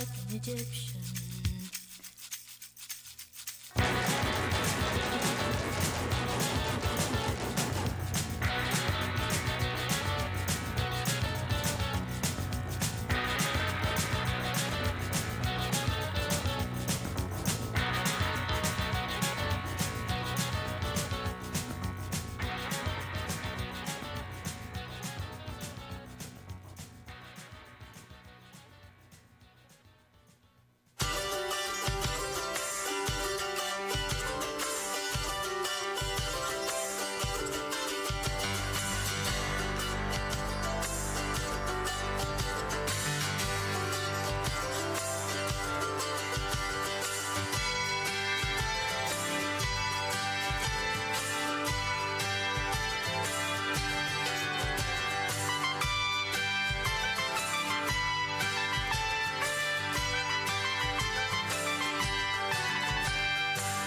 Egyptian.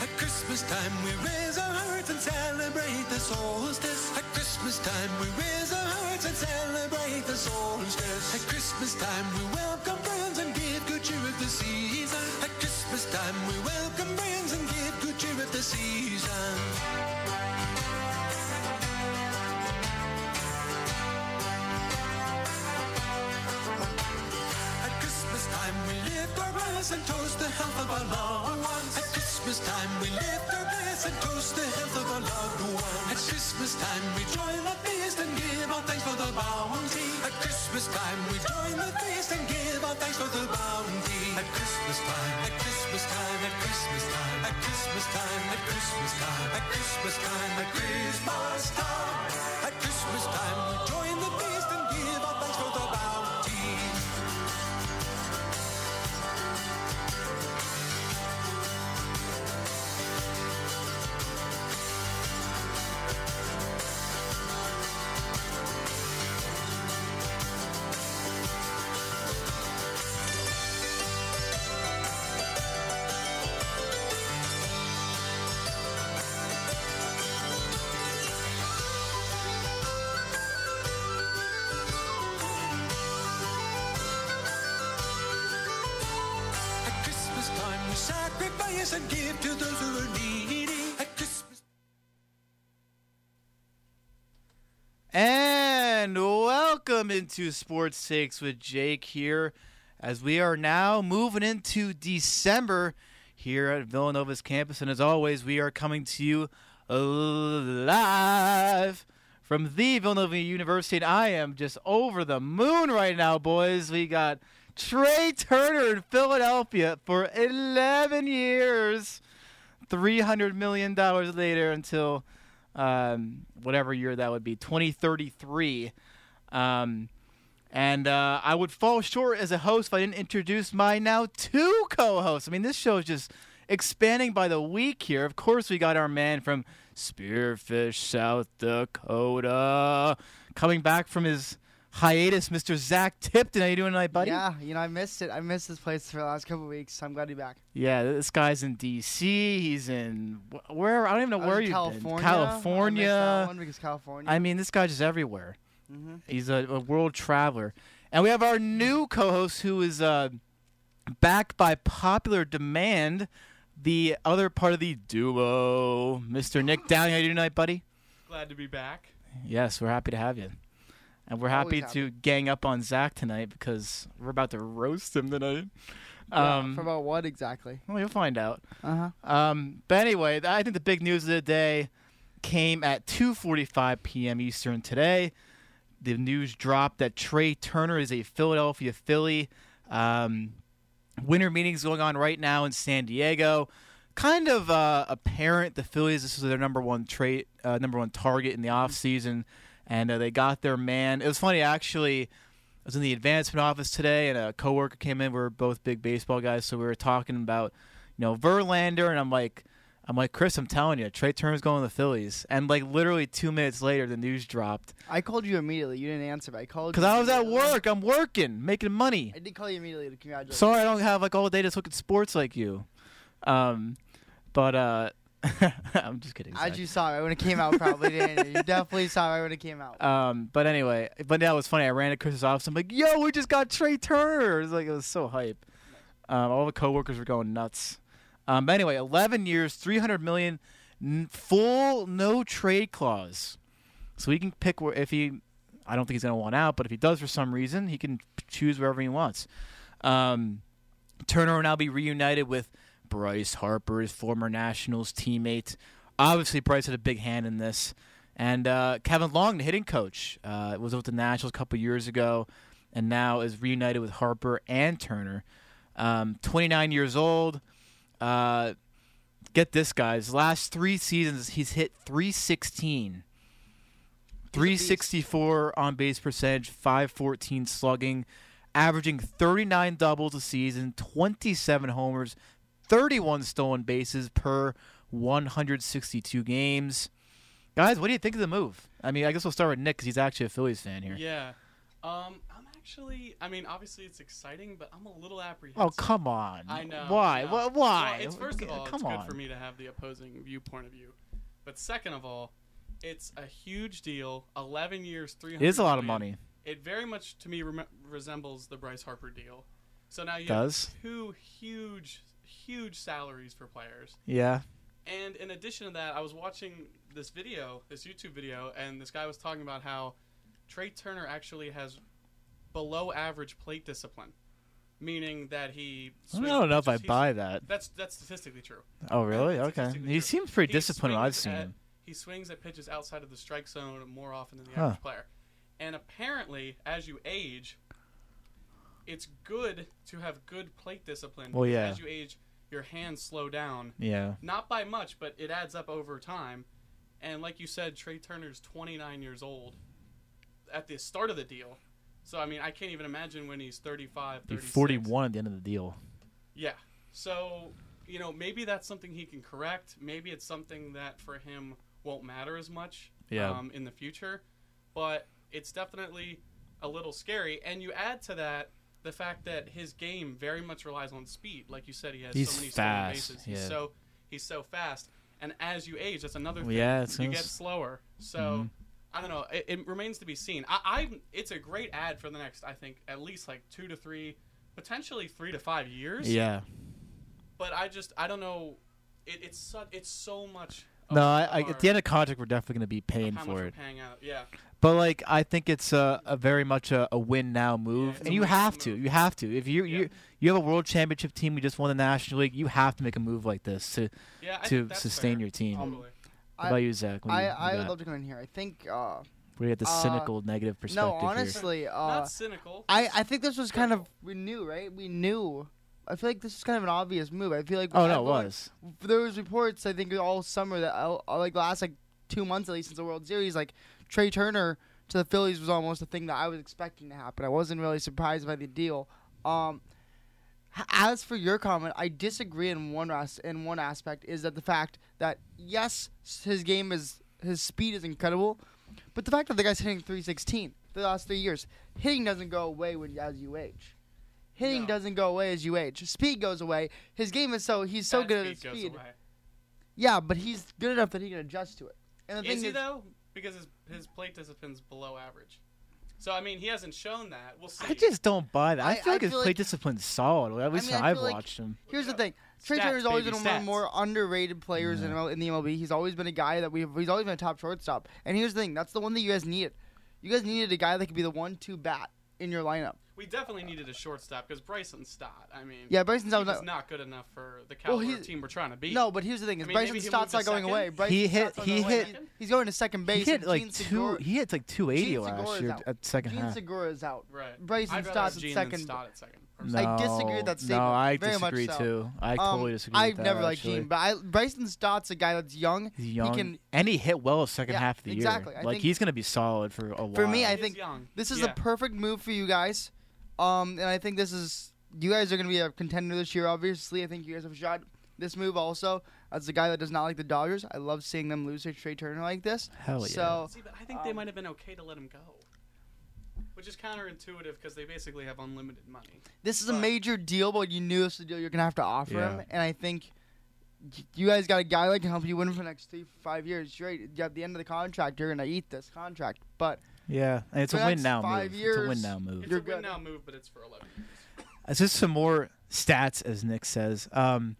At Christmas time we raise our hearts and celebrate the solstice. At Christmas time we raise our hearts and celebrate the solstice. At Christmas time we welcome friends and give good cheer at the season. At Christmas time we welcome friends and give good cheer at the season. At Christmas time we lift our glass and toast the health of our loved ones. At Christmas time we lift our glass and toast the health of our loved ones. At Christmas time we join the feast and give our thanks for the bounty. At Christmas time we join the feast and give our thanks for the bounty. At Christmas time, at Christmas time, at Christmas time, at Christmas time, at Christmas time, at Christmas time, at Christmas time. At Christmas time we join the feast and give our thanks for the bounty. At Christmas time we sacrifice and give to those who are needy. At Christmas. And welcome into Sports Takes with Jake here as we are now moving into December here at Villanova's campus. And as always, we are coming to you live from the Villanova University. And I am just over the moon right now, boys. We got Trey Turner in Philadelphia for 11 years, $300 million later until um, whatever year that would be, 2033. Um, and uh, I would fall short as a host if I didn't introduce my now two co hosts. I mean, this show is just expanding by the week here. Of course, we got our man from Spearfish, South Dakota, coming back from his hiatus, Mr. Zach Tipton. How you doing tonight, buddy? Yeah, you know, I missed it. I missed this place for the last couple of weeks. so I'm glad to be back. Yeah, this guy's in D.C. He's in wh- where? I don't even know I was where Oh, in you've California. Oh, been. California. I missed that one Mm-hmm. because California. I mean, this guy's just everywhere. He's a, a world traveler. And we have our new co host who is uh, back by popular demand, the other part of the duo, Mr. Nick Downey. How you doing tonight, buddy? Glad to be back. Yes, we're happy to have you. And we're happy Always to gang up on Zach tonight because we're about to roast him tonight. Yeah, Um, for about what exactly? well, you'll find out. Uh huh. Um, but anyway, th- I think the big news of the day came at 2:45 p.m. Eastern today. The news dropped that Trey Turner is a Philadelphia Philly. Um, winter meetings going on right now in San Diego. Kind of uh, apparent the Phillies. This was their number one trait, uh, number one target in the offseason. and uh, they got their man. It was funny actually. I was in the advancement office today, and a coworker came in. We are both big baseball guys, so we were talking about you know Verlander, and I'm like, I'm like Chris, I'm telling you, Trey Turner's going to the Phillies, and like literally two minutes later, the news dropped I called you immediately. You didn't answer, but I called because you I was at immediately. work. I'm working, making money. I did call you immediately to congratulate Sorry, I don't have like all day to look at sports like you. Um, but uh, I'm just kidding. you. As Zach. you saw it when it came out, probably didn't you? You definitely saw it when it came out. Um, but anyway, but that was funny. I ran to Chris's office. I'm like, "Yo, we just got Trey Turner." It was like it was so hype. Um, all the coworkers were going nuts. Um, but anyway, 11 years, 300 million, n- full no trade clause. So he can pick where if he, I don't think he's going to want out, but if he does for some reason, he can p- choose wherever he wants. Um, Turner will now be reunited with Bryce Harper, his former Nationals teammate. Obviously, Bryce had a big hand in this. And uh, Kevin Long, the hitting coach, uh, was with the Nationals a couple years ago, and now is reunited with Harper and Turner. Um, 29 years old. Uh, get this, guys. Last three seasons, he's hit 316. 364 on base percentage, 514 slugging, averaging 39 doubles a season, 27 homers, 31 stolen bases per 162 games. Guys, what do you think of the move? I mean, I guess we'll start with Nick because he's actually a Phillies fan here. Yeah. Um, I'm actually. I mean, obviously it's exciting, but I'm a little apprehensive. Oh, come on. I know. Why? yeah. Wha- Why? Well, it's first of all, come it's on. good for me to have the opposing viewpoint of view, but second of all, it's a huge deal. Eleven years, three It hundred. is a lot of money. It very much to me rem- resembles the Bryce Harper deal. So now you Does? have two huge, huge salaries for players. Yeah. And in addition to that, I was watching this video, this YouTube video, and this guy was talking about how Trey Turner actually has below average plate discipline, meaning that he. I swings don't know if I pitches- he's- buy that. That's that's statistically true. Oh, really? That's Okay. statistically He true. seems pretty He disciplined. when I've swings seen at- him. He swings at pitches outside of the strike zone more often than the Huh. average player, and apparently, as you age, it's good to have good plate discipline. Well, because yeah. As you age, your hands slow down Yeah. not by much, but it adds up over time. And like you said, Trey Turner's 29 years old at the start of the deal. So I mean, I can't even imagine when he's 35, Be 36. 41 at the end of the deal. Yeah. So, you know, maybe that's something he can correct. Maybe it's something that for him won't matter as much Yeah. um, in the future. But it's definitely a little scary. And you add to that the fact that his game very much relies on speed. Like you said, he has He's so many fast, stolen bases. He's yeah. so he's so fast. And as you age, that's another Well, thing. yeah, it's Mm-hmm. you gonna get s- slower. So I don't know. It, it remains to be seen. I, I'm. It's a great ad for the next. I think at least like two to three, potentially three to five years Yeah. but I just I don't know. It, it's so, it's so much. of No, a I, I, bar at the end of contract, we're definitely going to be of paying how much for we're it. paying out. Yeah, But like, I think it's a, a very much a, a win now move, it's and a you win now have to, move. you have to. If you Yeah. you you have a world championship team, you just won the National League, you have to make a move like this to yeah. I to think that's sustain fair. Um, your team. Totally. What I- about you, Zach? What do I, you- what do you I would got? love to go in here. I think. Uh, we got the uh, cynical negative perspective. no, here. honestly, uh, Not cynical. I, I think this was kind of we knew, right? We knew. I feel like this is kind of an obvious move. I feel like Oh no, it everyone- was. there was reports I think all summer that uh, like the last like two months at least since the World Series, like Trey Turner to the Phillies was almost a thing that I was expecting to happen. I wasn't really surprised by the deal. Um, h- as for your comment, I disagree in one as- in one aspect is that the fact that yes, s- his game is his speed is incredible, but the fact that the guy's hitting 316 the last three years, hitting doesn't go away when as you age. Hitting No. doesn't go away as you age. Speed goes away. His game is so he's so That good at his speed goes speed. away. Yeah, but he's good enough that he can adjust to it. And the Is he thing is, though? Because his his plate discipline's below average. So I mean, he hasn't shown that. We'll see. I just don't buy that. I, I- feel I like his feel plate like- discipline's solid. At least mean, I I've feel like- watched him. here's the Look thing: Trey Stats, Turner's always baby, been one of stats. the more underrated players in, Yeah. ML in the MLB. He's always been a guy that we've he's always been a top shortstop. And here's the thing: that's the one that you guys needed. You guys needed a guy that could be the one-two bat in your lineup. we definitely needed a shortstop because Bryson Stott. I mean, Yeah, Bryson Stott's he was not- not good enough for the Well, caliber he- of team we're trying to beat. No, but here's the thing: I is mean, Bryson maybe he Stott's not moved to going second. away. Bryson He hit. Stott's not He going away. hit. He's going to second base. He hit and Gene like two. Segura- He hit like two eighty Gene last Segura's year out. at second Gene half. Segura's out. right. Bryson I'd rather Stott's have at Gene second. Than Stott at second. or No, I disagree with that statement, No, I very much disagree so. too. I Um, totally disagree. with I've that, never liked actually. Gene, but I, Bryson Stott's a guy that's young. He's young, He can and he hit well the second Yeah, half of the exactly. year. I like think- he's gonna be solid for a while. For me, I He is think young. This is Yeah. the perfect move for you guys. Um, and I think this is you guys are gonna be a contender this year. Obviously, I think you guys have a shot. This move also, as a guy that does not like the Dodgers, I love seeing them lose to Trey Turner like this. hell yeah. So See, but I think they Um, might have been okay to let him go, which is counterintuitive because they basically have unlimited money. Mm-hmm. this is a But- major deal, but you knew this was a deal you're gonna have to offer Yeah. him. And I think y- you guys got a guy that can help you win for the next three, five years. You're right. At the end of the contract, you're gonna eat this contract, but yeah, and it's for a the win next now five move. It's a win years, now It's move. You're a win good. now move, but it's for eleven years. Uh, Just some more stats, as Nick says. Um,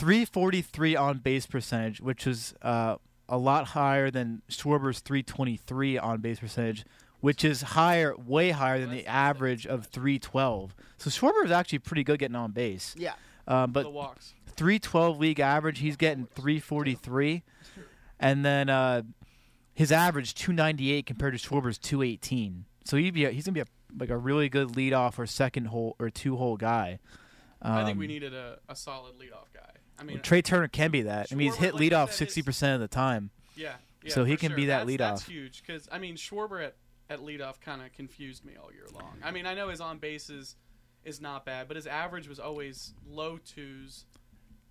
343 on base percentage, which is uh, a lot higher than Schwarber's 323 on base percentage, which is higher, way higher than the average of 312. So Schwarber is actually pretty good getting on base. Yeah. Um, but the walks. 312 league average. He's getting 343, and then uh, his average 298 compared to Schwarber's 218. So he'd be a, he's gonna be a, like a really good leadoff or second hole or two hole guy. I think we Um, needed a, a solid leadoff guy. I mean, Trey Turner can be that. I mean, he's Schwarber, hit like you leadoff said, is- 60 percent of the time. yeah, yeah, so he for can sure. be that That's- That's leadoff. huge because I mean Schwarber at at leadoff kind of confused me all year long. I mean, I know his on bases is not bad, but his average was always low twos,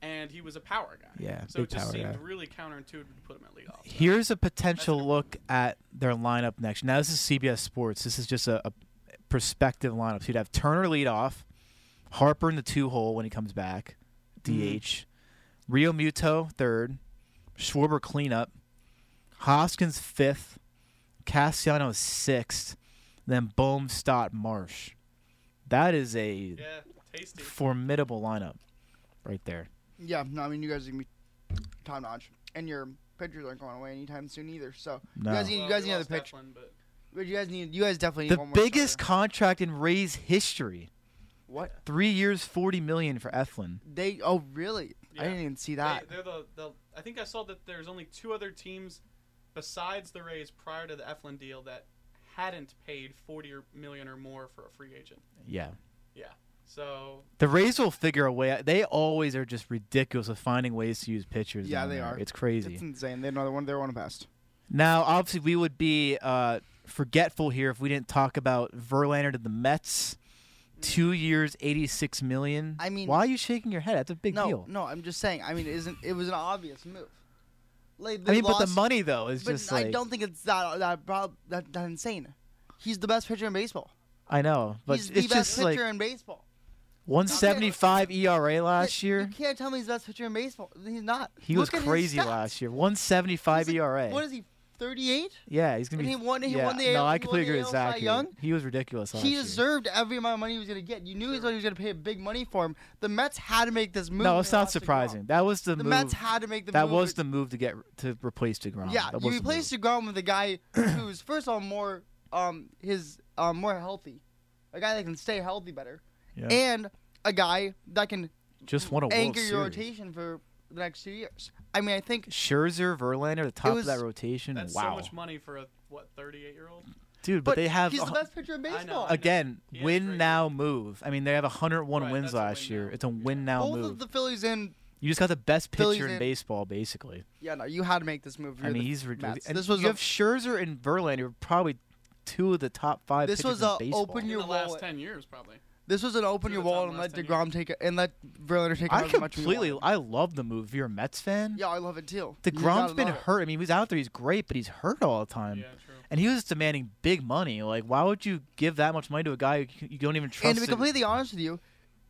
and he was a power guy. Yeah, so it big just power seemed guy. really counterintuitive to put him at leadoff. Here's a potential look at their lineup next. Now this is CBS Sports. This is just a, a perspective lineup. So you'd have Turner leadoff, Harper in the two hole when he comes back, DH, Mm-hmm. Rio Muto third, Schwarber cleanup, Hoskins fifth, Castellanos sixth, then Bohm, Stott, Marsh. That is a Yeah, tasty. formidable lineup, right there. Yeah. No, I mean, you guys are going to be top notch. And your pitchers aren't going away anytime soon either. So, No. you guys need, Well, you guys we need another lost pitch. Eflin, but But you guys need, you guys definitely need The one more biggest starter. contract in Rays history. What? Three years, forty million for Eflin. They, oh, really? I Yeah. didn't even see that. they, they're the, the. I think I saw that there's only two other teams besides the Rays prior to the Eflin deal that hadn't paid 40 or- million or more for a free agent. Yeah, So the Rays will figure a way. out. They always are just ridiculous with finding ways to use pitchers. Yeah, down they there. are. It's crazy. It's insane. They're another one, they're one of the best. now, obviously, we would be uh, forgetful here if we didn't talk about Verlander to the Mets. Two years, eighty-six million. I mean- why are you shaking your head? That's a big no, deal. no, I'm just saying. I mean, it isn't it was an obvious move? Like, I they mean, but the lost- money though is but just I like don't think it's that that, prob- that that insane. He's the best pitcher in baseball. I know, but he's the it's best just pitcher like in baseball. one seventy-five ERA last You- You year. can't tell me he's the best pitcher in baseball. He's not. He was Look at his crazy stats. last year. One seventy-five He's a- ERA. What is he? 38. Yeah, he's gonna And be. he won- he yeah, won the no, I AL he won the completely agree with AL Cy Zach. here. Young. He was ridiculous. Last He year. deserved every amount of money he was gonna get. You knew he was going to pay a big money for him. The Mets had to make this move. No, when it's they not lost DeGrom. surprising. That was the, The move. Mets had to make the that move. was the move to get to replace Degrom. Yeah, that you was the replaced move. Degrom with a guy who's first of all more um his um more healthy, a guy that can stay healthy better, Yeah. and a guy that can Just won a World anchor Series. your rotation for the next two years. I mean, I think Scherzer, Verlander, the top was- of that rotation. that's Hmm, wow, so much money for a what 38 year old. dude! But, they have he's a- the best pitcher in know, baseball. I know. again He has win great- now move. I mean, they have 101 Right, wins that's a last win year. now. It's a win now Both move. of the Phillies in. you just got the best Phillies pitcher in in- baseball, basically. Yeah, no, you had to make this move. You're I mean, the he's ridiculous. Mets. This was you a, have Scherzer and Verlander, probably two of the top five. This pitchers was a in baseball. open In Your the last wallet. 10 years, probably. this was an open Through your the top wallet and let last ten Degrom take a, and let Verlander take. I as much as he completely, wanted. I love the move. If you're a Mets fan, Yeah, I love it too. You Degrom's gotta been love it. hurt. I mean, he was out there. He's great, but he's hurt all the time. Yeah, true. And he was demanding big money. Like, why would you give that much money to a guy you, you don't even trust? And to be completely honest with you,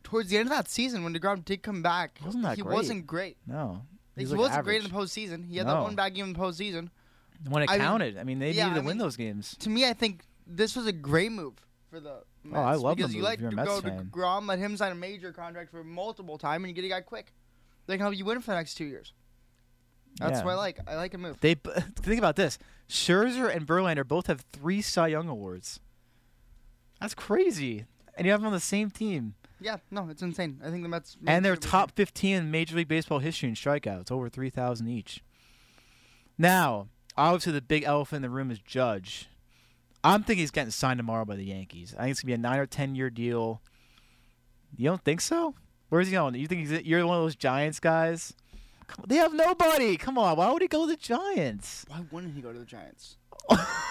towards the end of that season, when Degrom did come back, Wasn't that he great. wasn't great. no, He was, wasn't like, great in average. the postseason. He had that No. one bad game in the postseason. when it I mean- counted. I mean, they yeah, needed to I win mean- those games. To me, I think this was a great move for the Mets. Oh, I love the because you move if let you're a Mets go fan. to Grom, let him sign a major contract for multiple time, and you get a guy quick. They can help you win for the next two years. That's Yeah. what I like. I like a move. They b- think about this: Scherzer and Verlander both have three Cy Young awards. That's crazy. And you have them on the same team, Yeah, no, it's insane. I think the Mets and they're should be- top 15 in Major League Baseball history in strikeouts, over 3,000 each. Now, obviously, the big elephant in the room is Judge. I'm thinking he's getting signed tomorrow by the Yankees. I think it's gonna be a nine or ten year deal. You don't think so? Where's he going? You think he's you're one of those Giants guys? Come, they have nobody. Come on, why would he go to the Giants? Why wouldn't he go to the Giants?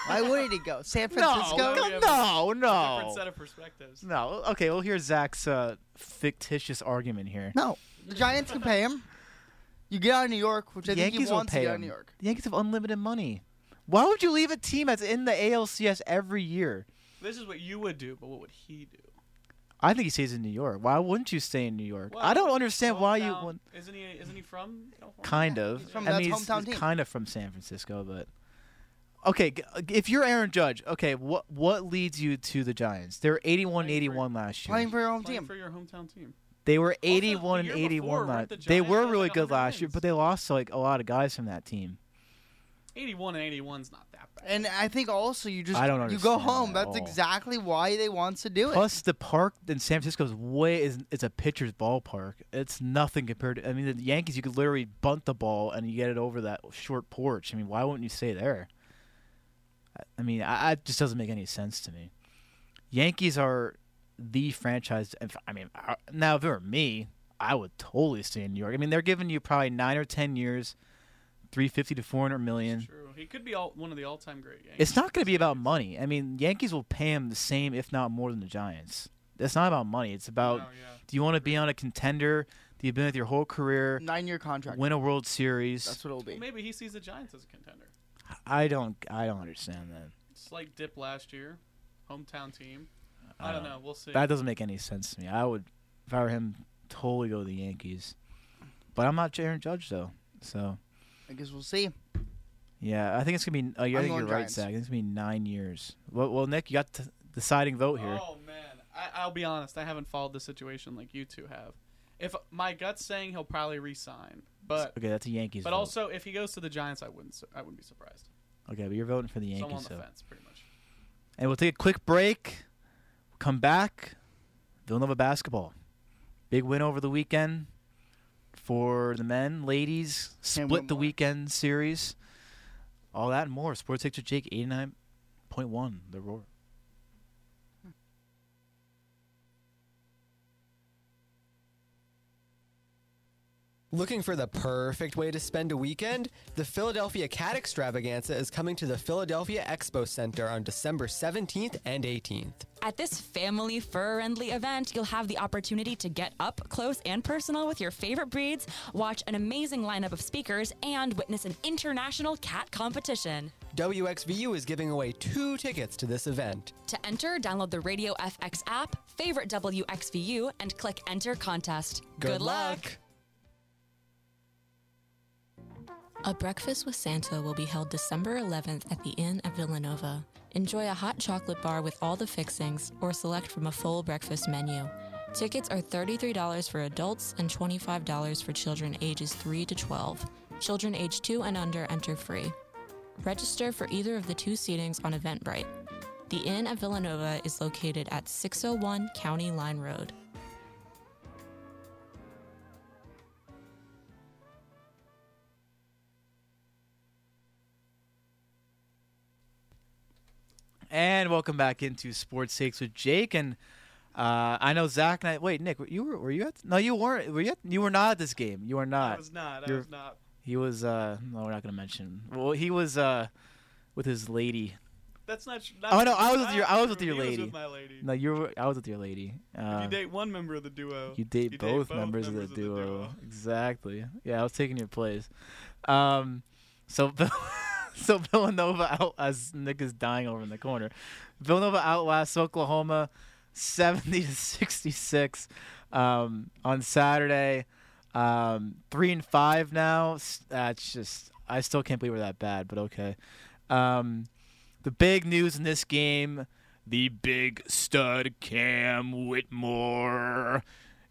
Why wouldn't he go? San No, Francisco. Well, we have no, A different no, set of perspectives. no. Okay, we'll hear Zach's uh, fictitious argument here. No, the Giants can pay him. You get out of New York, which I The think Yankees he will wants to pay get out of him. New York. The Yankees have unlimited money. Why would you leave a team that's in the ALCS every year? This is what you would do, but what would he do? I think he stays in New York. Why wouldn't you stay in New York? I don't Well, understand why you hometown- want. Isn't he? Isn't he from? California? Kind of. he's from- I that's mean, he's, hometown he's team. kind of from San Francisco, but okay, g- if you're Aaron Judge, okay, what what leads you to the Giants? They were 81 and 81 last year. Playing for your own Playing team. for your hometown team. They were the 81 and year 81 before, last. weren't the They Giants were had, really like, good 100 last year, wins? but they lost to, like a lot of guys from that team. 81 and 81's not that bad. And I think also you just I don't you go understand that home. at That's all. exactly why they want to do it. Plus, the park in San Francisco is way is it's a pitcher's ballpark. It's nothing compared to. I mean, the Yankees you could literally bunt the ball and you get it over that short porch. I mean, why wouldn't you stay there? I- I mean, I, I it just doesn't make any sense to me. Yankees are the franchise. if- I mean, I- now if it were me, I would totally stay in New York. I mean, they're giving you probably nine or ten years, three fifty to four hundred million. True. He could be all, one of the all-time great Yankees. It's not going to be about money. I mean, Yankees will pay him the same, if not more, than the Giants. It's not about money. It's No, about Oh, yeah. do you want to be on a contender that you've been with your whole career, Nine year contract. win a World Series? That's what it'll be. Well, maybe he sees the Giants as a contender. I don't, I don't understand that. Slight dip last year, hometown team. I I don't don't- know. We'll see. That doesn't make any sense to me. I would, if I were him, totally go to the Yankees. But I'm not Aaron Judge though, so I guess we'll see. yeah, I think it's gonna be. Uh, yeah, I I'm think going you're right, Giants. Zach. I think it's gonna be nine years. Well, well Nick, you got the deciding vote here. Oh man, I, I'll be honest. I haven't followed the situation like you two have. If my gut's saying he'll probably resign, but okay, that's a Yankees. but vote. also if he goes to the Giants, I wouldn't su- I wouldn't be surprised. okay, but you're voting for the So I'm Yankees. on the so. fence pretty much. And we'll take a quick break. Come back. Villanova basketball. Big win over the weekend for the men, ladies. And Split one the more. weekend series. All that and more. Sports Takes with Jake 89.1. The Roar. Looking for the perfect way to spend a weekend? The Philadelphia Cat Extravaganza is coming to the Philadelphia Expo Center on December 17th and 18th. At this family friendly event, you'll have the opportunity to get up close and personal with your favorite breeds, watch an amazing lineup of speakers, and witness an international cat competition. WXVU is giving away two tickets to this event. To enter, download the Radio FX app, favorite WXVU, and click Enter Contest. A Breakfast with Santa will be held December 11th at the Inn at Villanova. Enjoy a hot chocolate bar with all the fixings or select from a full breakfast menu. Tickets are $33 for adults and $25 for children ages 3 to 12. Children age 2 and under enter free. Register for either of the two seatings on Eventbrite. The Inn at Villanova is located at 601 County Line Road. And welcome back into Sports Takes with Jake. And uh, I know Zach and I. Wait, Nick, were you were, were you at? No, you weren't. Were you? At, you were not at this game. You were I not. was not. I You're- was not. he was. uh No, we're not going to mention. Well, he was uh with his lady. That's not. sh- Oh, not no, I was not with your- I was with true. your He lady. with my lady. No, you were. I was with your lady. If Uh, you date one member of the duo. You date, both, members, of, the duo. Exactly. Yeah, I was taking your place. Um, so, Vill- so Villanova out as Nick is dying over in the corner. Villanova outlasts Oklahoma, seventy to sixty-six, um, on Saturday. Um, three and five now. S- That's just. I still can't believe we're that bad, but okay. Um, the big news in this game the big stud Cam Whitmore.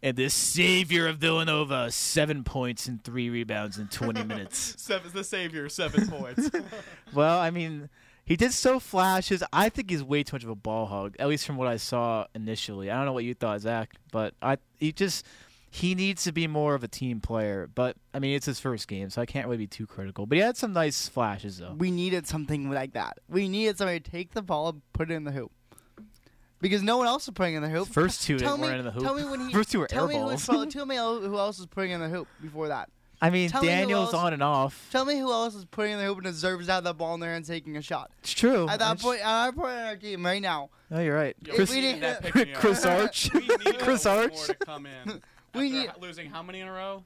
And this savior of Villanova, seven points and three rebounds in 20 minutes. Seven, the savior, seven points. Well, I mean, he did so flashes. I think he's way too much of a ball hog, at least from what I saw initially. I don't know what you thought, Zach, but I he just he needs to be more of a team player. But I mean, it's his first game, so I can't really be too critical. But he had some nice flashes though. We needed something like that. We needed somebody to take the ball and put it in the hoop. Because no one else was putting it in the hoop. First two tell didn't me, were in the hoop. Tell me when he, First two were tell air me who- balls. well, tell me who else was putting in the hoop before that. I mean, tell me who Daniel's else- on and off. Tell me who else is putting in the hoop and deserves to have that ball in there and taking a shot. It's true. At I that just- point, at our point in our team right now, No, you're right. Yo, Chris, we need that pick me up. Chris Arch. We need Chris Ellis Arch. Moore to come in. We after need- ho- losing how many in a row?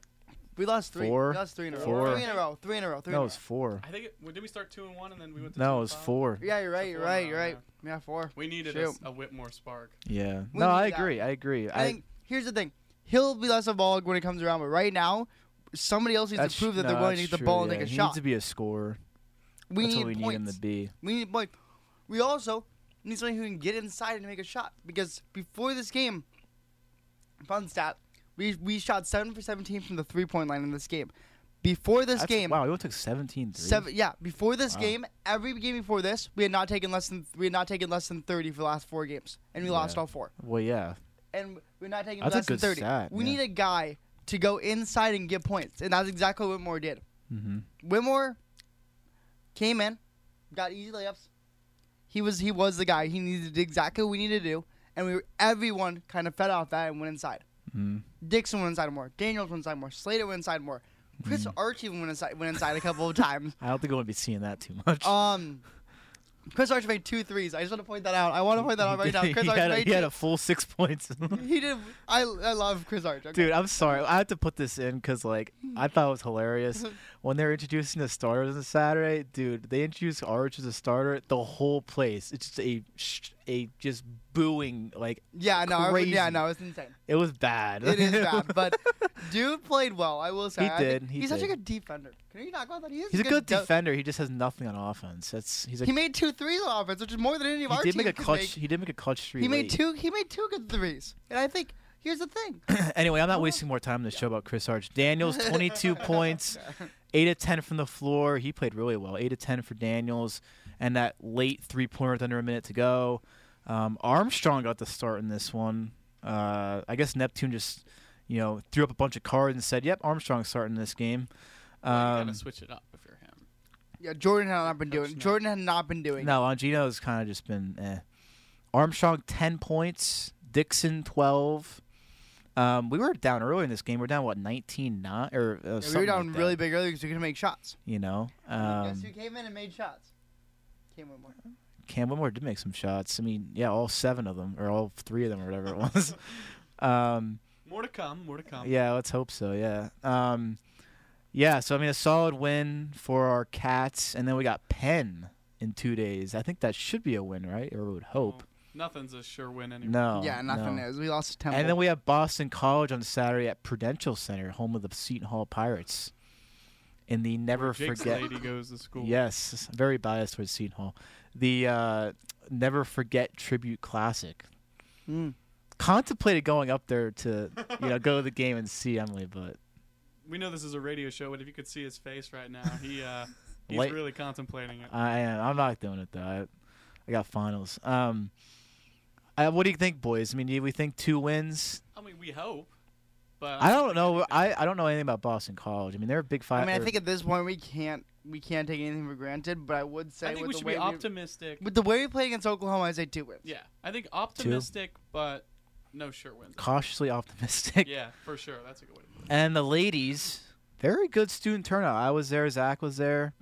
we lost three. Four. We lost three in a row. Four. Three in a row. Three in a row. Three No, it in a row. was four. I think it, well, did we start two and one and then we went to two No, it and was five? four. Yeah, you're right. You're four right. now, You're right. Yeah, four. We needed a, Shoot. s- a Whitmore spark. Yeah. We No, need I that. agree. I agree. I, think here's the thing. He'll be less of a ball when it comes around, but right now, somebody else needs that's- to prove that no, they're willing that's to get the true, ball and yeah. take a he shot. needs to be a scorer. We That's need what we points. need him to be. We need like we also need somebody who can get inside and make a shot because before this game, fun stat, we we shot seven for seventeen from the three point line in this game. Before this That's- game, Wow, you took 17 threes. seven yeah, before this Wow. game, every game before this, we had not taken less than we had not taken less than thirty for the last four games, and we lost Yeah. all four. Well, yeah. And we're not taking That's a less than good thirty. stat, we yeah. need a guy to go inside and get points, and that's exactly what Moore did. Mm-hmm. Whitmore came in, got easy layups. He was he was the guy. He needed to do exactly what we needed to do, and we were, everyone kind of fed off that and went inside. Mm-hmm. Dixon went inside more. Daniels went inside more. Slater went inside more. Chris Mm-hmm. Archie went inside went inside a couple of times. I don't think I want to be seeing that too much. Um, Chris Archie made two threes. I just want to point that out. I want to point that out right now. he, Chris Archie had a, made he had two- a full six points. he did. I I love Chris Archie. Okay. Dude, I'm sorry. I have to put this in because, like, I thought it was hilarious. When they were introducing the starters on Saturday, dude, they introduced Arch as a starter. The whole place, it's just a, sh- a just booing. Like, yeah, no, I, crazy. yeah, no, it's insane. it was bad. It is bad, but dude played well. I will say He I think- did, he he's such a did. good defender. Can you talk about that? He is he's a good do- defender. He just has nothing on offense. That's he's a, He made two threes on offense, which is more than any of he our did team make a could clutch. make. He did make a clutch three. He late. made two. He made two good threes, and I think here's the thing. anyway, I'm not Oh. wasting more time on this show about Chris Arch. Daniels, 22 points, 8 of 10 from the floor. He played really well. 8 of 10 for Daniels, and that late three pointer with under a minute to go. Um, Armstrong got the start in this one. Uh, I guess Neptune just, you know, threw up a bunch of cards and said, yep, Armstrong's starting this game. you Um, gotta switch it up if you're him. Yeah, Jordan had not been doing. Jordan had not been doing. No, Longino's kind of just been eh. Armstrong ten points, Dixon twelve. Um, we were down earlier in this game. We are down what nineteen nine or uh, Yeah, we were something down like that, really big early because we couldn't make shots. You know, um, Guess who came in and made shots? Came one more. Cam Whitmore did make some shots. I mean, yeah, all seven of them or all three of them or whatever it was. um, More to come. More to come. yeah, let's hope so. Yeah. Um, yeah. So I mean, a solid win for our cats, and then we got Penn in two days. I think that should be a win, right? Or we would hope. Well, nothing's a sure win anymore. No. Oh, yeah, nothing Oh, no. is. We lost to Temple. And then we have Boston College on Saturday at Prudential Center, home of the Seton Hall Pirates. In the never Jake's forget, lady goes to school. yes, very biased towards Seton Hall. The uh, never forget tribute classic. Mm. Contemplated going up there to you know go to the game and see Emily, but We know this is a radio show, but if you could see his face right now, he uh, he's Like- really contemplating it. I I'm not doing it though. I, I got finals. Um, uh, what do you think, boys? I mean, do we think two wins? I mean, we hope, but I don't know. I, I don't know anything about Boston College. I mean, they're a big I five. mean, I or- think at this point we can't we can't take anything for granted. But I would say I think with we the should way be optimistic. with the way we played against Oklahoma, I say two wins. Yeah, I think optimistic, but no sure wins. cautiously optimistic. Yeah, for sure. That's a good way. To put it. And the ladies, very good student turnout. I was there, Zach was there.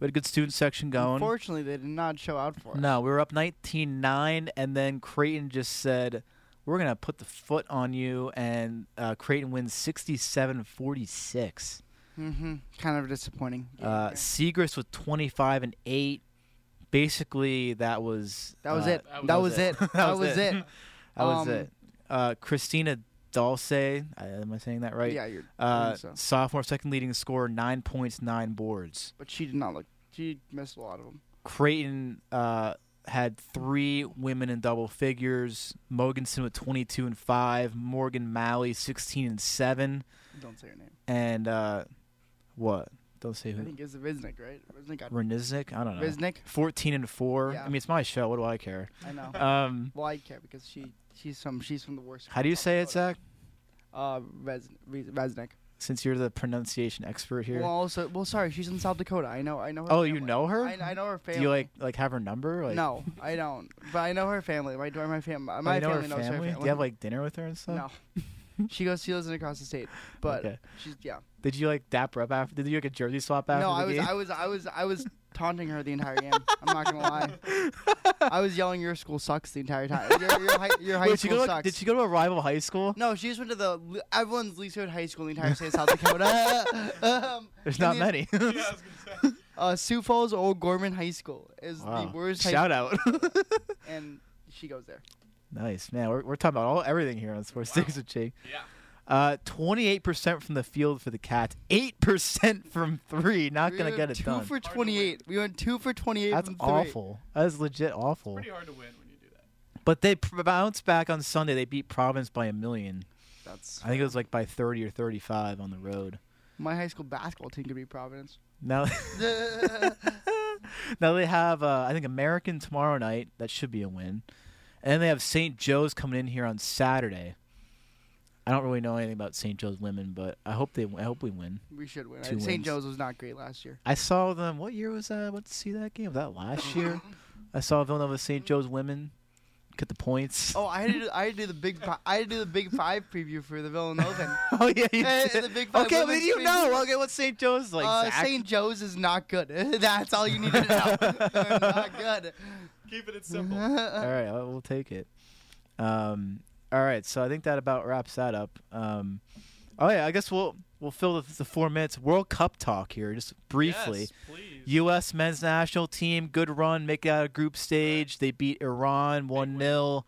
We had a good student section going. Unfortunately, they did not show out for us. No, we were up 19 9, and then Creighton just said, We're going to put the foot on you. And uh, Creighton wins 67 46. Mm-hmm. Kind of disappointing. Uh, Segrist with 25 and 8. Basically, that was. That was uh, it. that That, was was it. it. That was it. That was Um, it. Uh, Christina Dalce, I- am I saying that right? Yeah, you're. I Uh, think so. Sophomore, second leading scorer, nine points, nine boards. But she did not look. She missed a lot of them. Creighton uh, had three women in double figures. Mogensen with 22 and 5. Morgan Malley 16 and 7. Don't say her name. And uh, what? Don't say I who. think it's Riznik, right? Riznik got Reniznik? I don't know. Riznik. 14 and 4. Yeah. I mean, it's my show. What do I care? I know. Um, well, I care because she she's from she's from the worst. how do you say it, Zach? Uh, Rez, Rez, Resnick. Since you're the pronunciation expert here. Well, also, well, sorry, she's in South Dakota. I know, I know. Her oh, you family. know her? I, I know her family. do you like like have her number? Like, no, I don't. But I know her family. My door, my family, Oh, my you know family her knows family? her Do family. you have like dinner with her and stuff? no, she goes. She lives in across the state, but Okay. she's yeah. Did you like dapper up after? Did you like a jersey swap after No, the I was, game? I was, I was, I was taunting her the entire game. I'm not gonna lie. I was yelling, "Your school sucks" the entire time. Your, your high, your high Wait, she school go to- sucks. did she go to a rival high school? No, she just went to the le- everyone's least favorite high school in the entire state of South Dakota. um, There's and not the- many. Yeah, I was gonna say. Uh, Sioux Falls Old Gorman High School is the worst. high Shout out. school, and she goes there. nice, man. We're, we're talking about all everything here on Sports Wow. Six with Jake. Yeah. Uh, 28% from the field for the Cats, 8% from three. Not We going to get went it two done. for 28. We went two for 28. That's from three. awful. That's legit awful. Pretty hard to win when you do that. But they pr- bounced back on Sunday. They beat Providence by a million. That's I think it was like by 30 or 35 on the road. my high school basketball team could be Providence. Now, now they have uh, I think American tomorrow night. That should be a win. And then they have St. Joe's coming in here on Saturday. I don't really know anything about St. Joe's women, but I hope they I hope we win. we should win. Two St. wins. Joe's was not great last year. I saw them. What year was that? What see that game? Was that last year? I saw Villanova St. Joe's women get the points. Oh, I had to do, I had to do the big fi- I had to do the Big Five preview for the Villanova. Oh, yeah, you Eh, did. the Big Five okay, but women's you team. know. Okay, what's St. Joe's like? uh, Zach? St. Joe's is not good. That's all you need to know. They're not good. Keeping it simple. all right, we'll we'll take it. Um, all right, so I think that about wraps that up. Um, oh yeah, I guess we'll we'll fill the, the four minutes World Cup talk here just briefly. Yes, please. U.S. men's national team, good run, make it out of group stage. They beat Iran one 0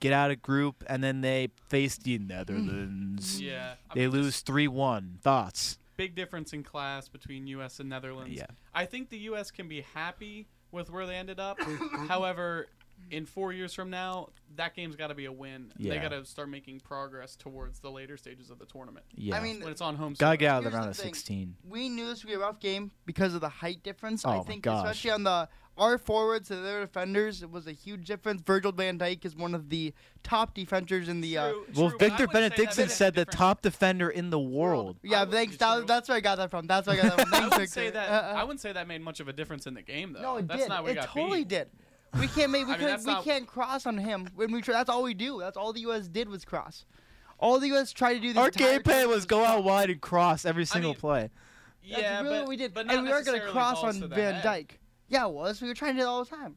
get out of group, and then they face the Netherlands. yeah. I They mean, just lose three one. Thoughts? Big difference in class between U.S. and Netherlands. Yeah. I think the U.S. can be happy with where they ended up. However, in four years from now, that game's got to be a win. They Yeah. got to start making progress towards the later stages of the tournament. Yeah, I mean, When it's on home gotta soil. get out of the here's round the of thing. sixteen. we knew this would be a rough game because of the height difference. Oh I my think gosh. especially on the our forwards and their defenders, it was a huge difference. Virgil Van Dyke is one of the top defenders in the. Uh, True, Well, true, but Victor I would say that Benedictson makes a said the difference. top defender in the world. yeah, I would- thanks. true. That, that's where I got that from. That's where I got that from. I Thanks, wouldn't say Victor. that. Uh, uh, I wouldn't say that made much of a difference in the game, though. no, it that's did. not where it we got totally beat. did. We can't make. We, I mean, couldn't- that's we not- can't cross on him when we. Try, that's all we do. That's all the U.S. did was cross. All the U.S. tried to do. The Our entire game plan time was go out wide and cross every single mean, play. That's yeah, really but what we did. But not and we are going to necessarily cross balls on to the Van head. Dyke. Yeah, it was. We were trying to do it all the time.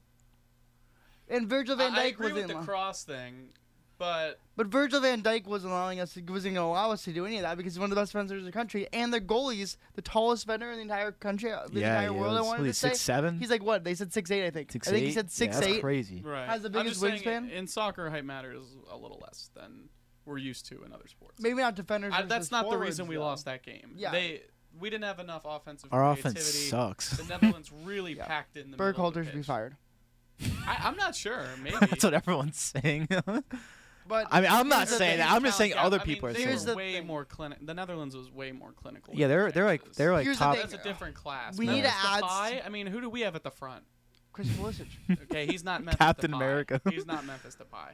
And Virgil I- Van I Dyke agree was with in. the cross thing, but But Virgil Van Dyke wasn't allowing us to, wasn't going to allow us to do any of that because he's one of the best defenders in the country, and the goalies, the tallest defender in the entire country, uh, the Yeah, entire he world. I was- wanted what to is he, say 6'7"? He's like what? They said six eight, I think. Six I think eight. he said six yeah, that's eight. crazy. right Has the I'm biggest just saying wingspan? In soccer, height matters a little less than we're used to in other sports. Maybe not defenders. I, versus that's not the forwards, reason we though. lost that game. Yeah. They we didn't have enough offensive. Our creativity. offense sucks. The Netherlands really Yeah. packed in the. middle of the Burkhalter should be pitch. fired. I, I'm not sure. Maybe. That's what everyone's saying. But I mean, I'm not Here's the saying thing, that. I'm just saying Cal- other I mean, people are they saying. Here's were that. the way thing. more clinic. The Netherlands was way more clinical. Yeah, than they're they're like Texas. they're like Here's the top. thing. That's a different class. We but need to it's the add s- Phi, I mean, who do we have at the front? Chris Pulisic. Okay, he's not Memphis Captain Depay. America. He's not Memphis Depay.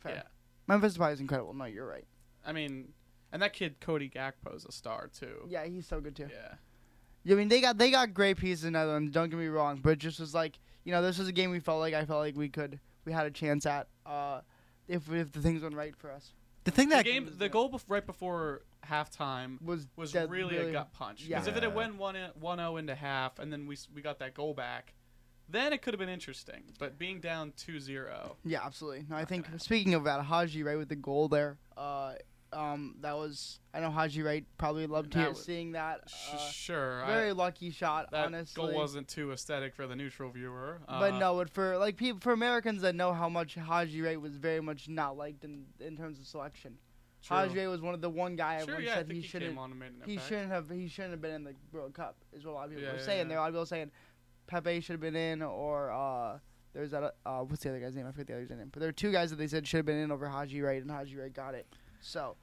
Fair. Yeah. Memphis Depay is incredible. No, you're right. I mean, and that kid Cody Gakpo's a star too. Yeah, he's so good too. Yeah. I mean, they got they got great pieces in Netherlands. Don't get me wrong, but it just was like you know, this was a game we felt like I felt like we could we had a chance at uh, if if the things went right for us. The thing The that game, the goal bef- right before halftime uh, Was was that really, really- a gut punch. yeah. Because if it had went 1 1-0 into half, and then we s- we got that goal back, then it could have been interesting. But being down 2-0, Yeah, absolutely. No, I think speaking of that, Haji right with the goal there. Uh, um, that was I know Haji right probably loved That hear- was- seeing that. sh- Uh, sure, I- very lucky shot, that honestly. goal wasn't too aesthetic for the neutral viewer. Uh, But no, but for like people, for Americans that know how much Haji Ray was very much not likliked in in terms of selection. true. Haji Ray was one of the one guy sure, everyone yeah, I said think he, shouldn't came on and made an he impact. shouldn't have he shouldn't have been in the World Cup is what a lot of people Yeah, were yeah, saying. yeah. There are a lot of people saying Pepe should have been in or uh there's that uh what's the other guy's name? I forget the other guy's name. But there are two guys that they said should have been in over Haji Wright and Haji Wright got it. So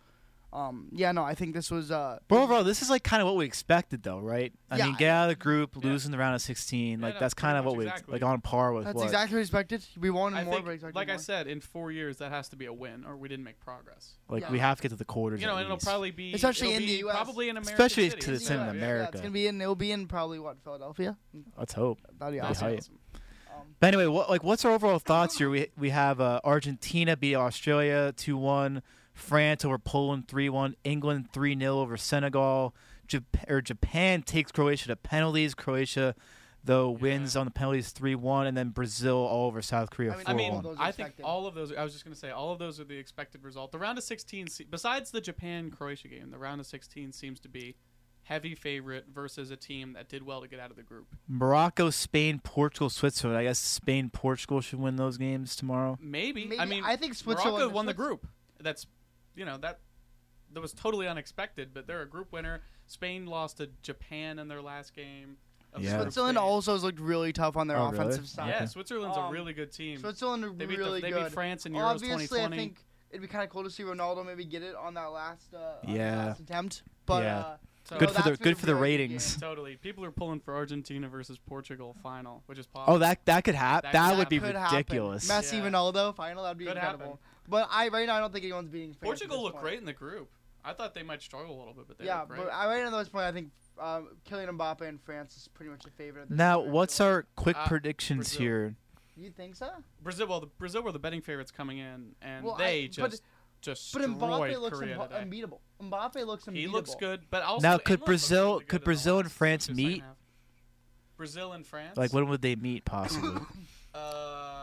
um yeah, no, I think this was uh But overall, this is like kind of what we expected, though, right? I Yeah. mean, get out of the group, losing the round of 16. Yeah, like no, that's pretty kind of much what we exactly. like on par with. that's what- exactly what we expected. We wanted I more, think, but expected like I more. said, in four years that has to be a win, or we didn't make progress. Like yeah. we have to get to the quarters. You know, at and it'll least. probably be Especially it'll in the be US. Probably in American Especially 'cause cities. it's in Yeah, yeah. Yeah, America. it's gonna be in. It'll be in probably what Philadelphia. Let's hope. That'd be That'd awesome. be hype. awesome. But anyway, what like what's our overall thoughts here? We we have uh, Argentina beat Australia two one, France over Poland three one, England three 0 over Senegal, Jap- or Japan takes Croatia to penalties. Croatia, though, wins on the penalties three one, and then Brazil all over South Korea I mean, four I all mean, of those are I think expected. all of those. I was just going to say all of those are the expected result. The round of 16, se- besides the Japan Croatia game, the round of 16 seems to be heavy favorite versus a team that did well to get out of the group. Morocco, Spain, Portugal, Switzerland. I guess Spain, Portugal should win those games tomorrow. Maybe, I Maybe. mean, I think Switzerland- Morocco won the Swiss- group. That's you know that that was totally unexpected, but they're a group winner. Spain lost to Japan in their last game. of Yeah. group Switzerland stage. also has looked really tough on their Oh, really? offensive side. Yeah, Switzerland's a Um, really good team. Switzerland are They beat the- really they beat good. France in Euros Obviously, I 2020. think it'd be kind of cool to see Ronaldo maybe get it on that last, uh, on that Yeah. last attempt. But Yeah. uh, So- Good no, for the that's been good a for the really good ratings. game. Totally. People are pulling for Argentina versus Portugal final, which is possible. Oh, that that could happen. That That, could would be could ridiculous. Happen. Messi Yeah. Ronaldo final that'd be Could incredible. happen. But I right now I don't think anyone's beating France at Portugal this looked point. great in the group. I thought they might struggle a little bit, but they yeah, looked great. but I, right now at this point I think um, Kylian Mbappe and France is pretty much a favorite. At this Now, point, I what's feel like. our quick Uh, predictions Brazil. here? You think so? Brazil, well, the, Brazil were the betting favorites coming in, and Well, they I- but- just But destroyed Mbappe looks Korea unpo- today. unbeatable. Mbappe looks He unbeatable. looks good, but also Now, England could looked Brazil- really good could in the Brazil and last- France the second meet? half. Brazil and France, Like, when would they meet possibly? Uh,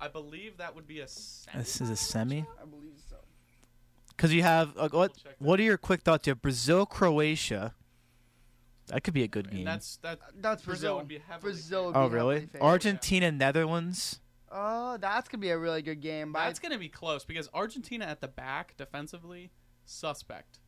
I believe that would be a. Semi? this is a semi. I believe so. Because you have like, what? We'll check that. What are your quick thoughts? You have Brazil, Croatia. That could be a good And game. that's that. That's Brazil. Brazil would be heavily Brazil. Would Oh, be really? heavily favored. Argentina, Netherlands. Oh, that's gonna be a really good game. But I- That's gonna be close because Argentina at the back defensively suspect.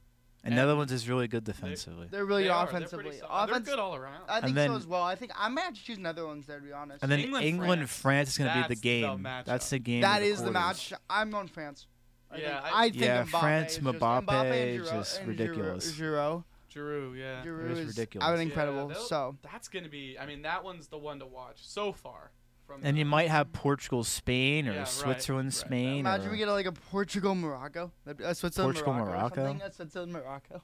And And Netherlands is really good defensively. they're really They good are. They're pretty offensively. solid. They're Offense- good all around. I think then- so as well. I think I might have to choose Netherlands there to be honest. And then England, England, France. France. is going to be That's the the game. matchup. That's the game. that of the is the quarters. match. I'm on France. I Yeah, think, I- I think Yeah, Mbappe France, is just, Mbappe, and Giroud, just and ridiculous. Giroud, Giroud, yeah. Giroud, It Giroud was is ridiculous. I Yeah, would incredible. they'll- so That's gonna be. I mean, that one's the one to watch so far. From And the- you might have Portugal, Spain, or Yeah, right, Switzerland, right. Spain. imagine or- we get like a Portugal Morocco, That'd be- uh, Switzerland Portugal, Morocco, or Morocco? something. Uh, Switzerland Morocco.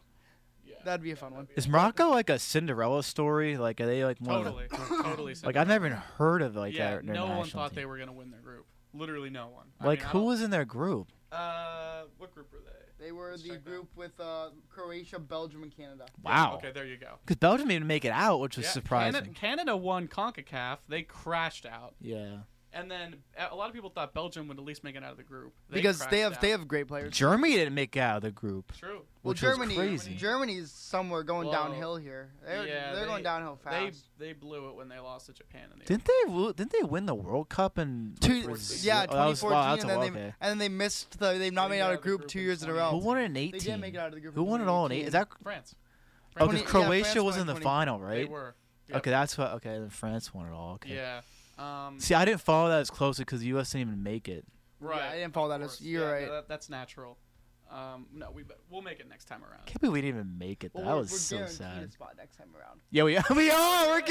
Yeah. That'd be a fun one. is Morocco like a Cinderella story? Like are they like one? of the- Totally, totally. like I've never even heard of like yeah, their no international one thought team. they were gonna win their group. Literally, no one. I Like mean, I who don't- was in their group? Uh, what group were they? They were Let's the check that. group with uh, Croatia, Belgium, and Canada. Wow. Okay, there you go. Because Belgium didn't even make it out, which was Yeah, surprising. Canada, Canada won Concacaf. They crashed out, yeah. and then a- a lot of people thought Belgium would at least make it out of the group They because they crashed have they out. have great players. Germany didn't make it out of the group. true. Well, which was Germany, crazy. Germany's somewhere going Well, downhill here. They're, yeah, they're they- going downhill They fast. they blew it when they lost to Japan in the. Didn't they? wo- Didn't they win the World Cup in? Two, Brazil? yeah, Oh, that was- 2014, wow, that's a and, then they, while, okay. and then they missed the. They've not They made got out out of of the group group two in years in a 2018. row. Who won it in eighteen? They didn't make it out of the group. Who won it all in eight? Is that? France. Oh, France because yeah, Croatia France was in the 2020. final, they right? were. Yep. Okay, that's what. Okay, then France won it all. Okay. Yeah. Um, See, I didn't follow that as closely because the U.S. didn't even make it. right. I didn't follow of that as- course. you're Yeah, right. that- that's natural. Um, no, we but we'll make it next time around. Can't believe we didn't even make it. though. Well, that we're- was we're so guaranteed sad. A spot next time around. Yeah, we we are. We're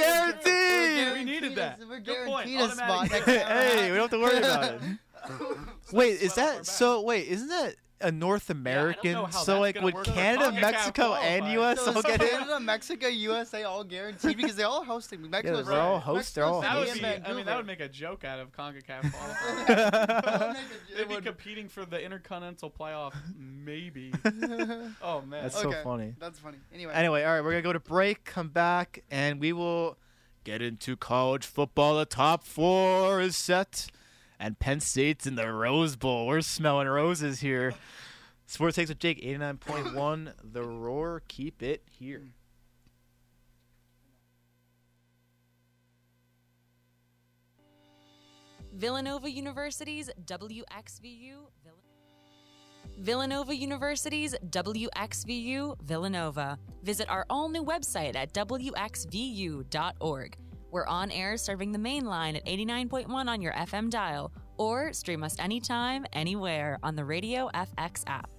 guaranteed. guaranteed. We needed that. We're Good point. guaranteed a spot Automatic. next time around. hey, we don't have to worry about it. Wait, is Sweat off our that back. so? Wait, isn't that a North American? know how so that's like, gonna would work for Canada, CONCACAF Mexico, and qualifiers. U.S. So all is get in? Canada, Mexico, USA, all guaranteed because they're all hosting. Mexico's they're all Mexico's hosts, they're all That would in hosts. be. I mean, that would make a joke out of Concacaf qualifiers. Vancouver. They'd be competing for the intercontinental playoff, maybe. oh man, That's so Okay, funny. That's funny. Anyway, Anyway, all right, we're gonna go to break, come back, and we will get into college football. The top four is set, and Penn State's in the Rose Bowl. We're smelling roses here. Sports takes with Jake, eighty-nine point one. The roar, keep it here. Villanova University's WXVU. Vill- Villanova University's WXVU Villanova. Visit our all new website at WXVU.org. We're on air serving the main line at 89.1 on your FM dial, or stream us anytime, anywhere on the Radio FX app.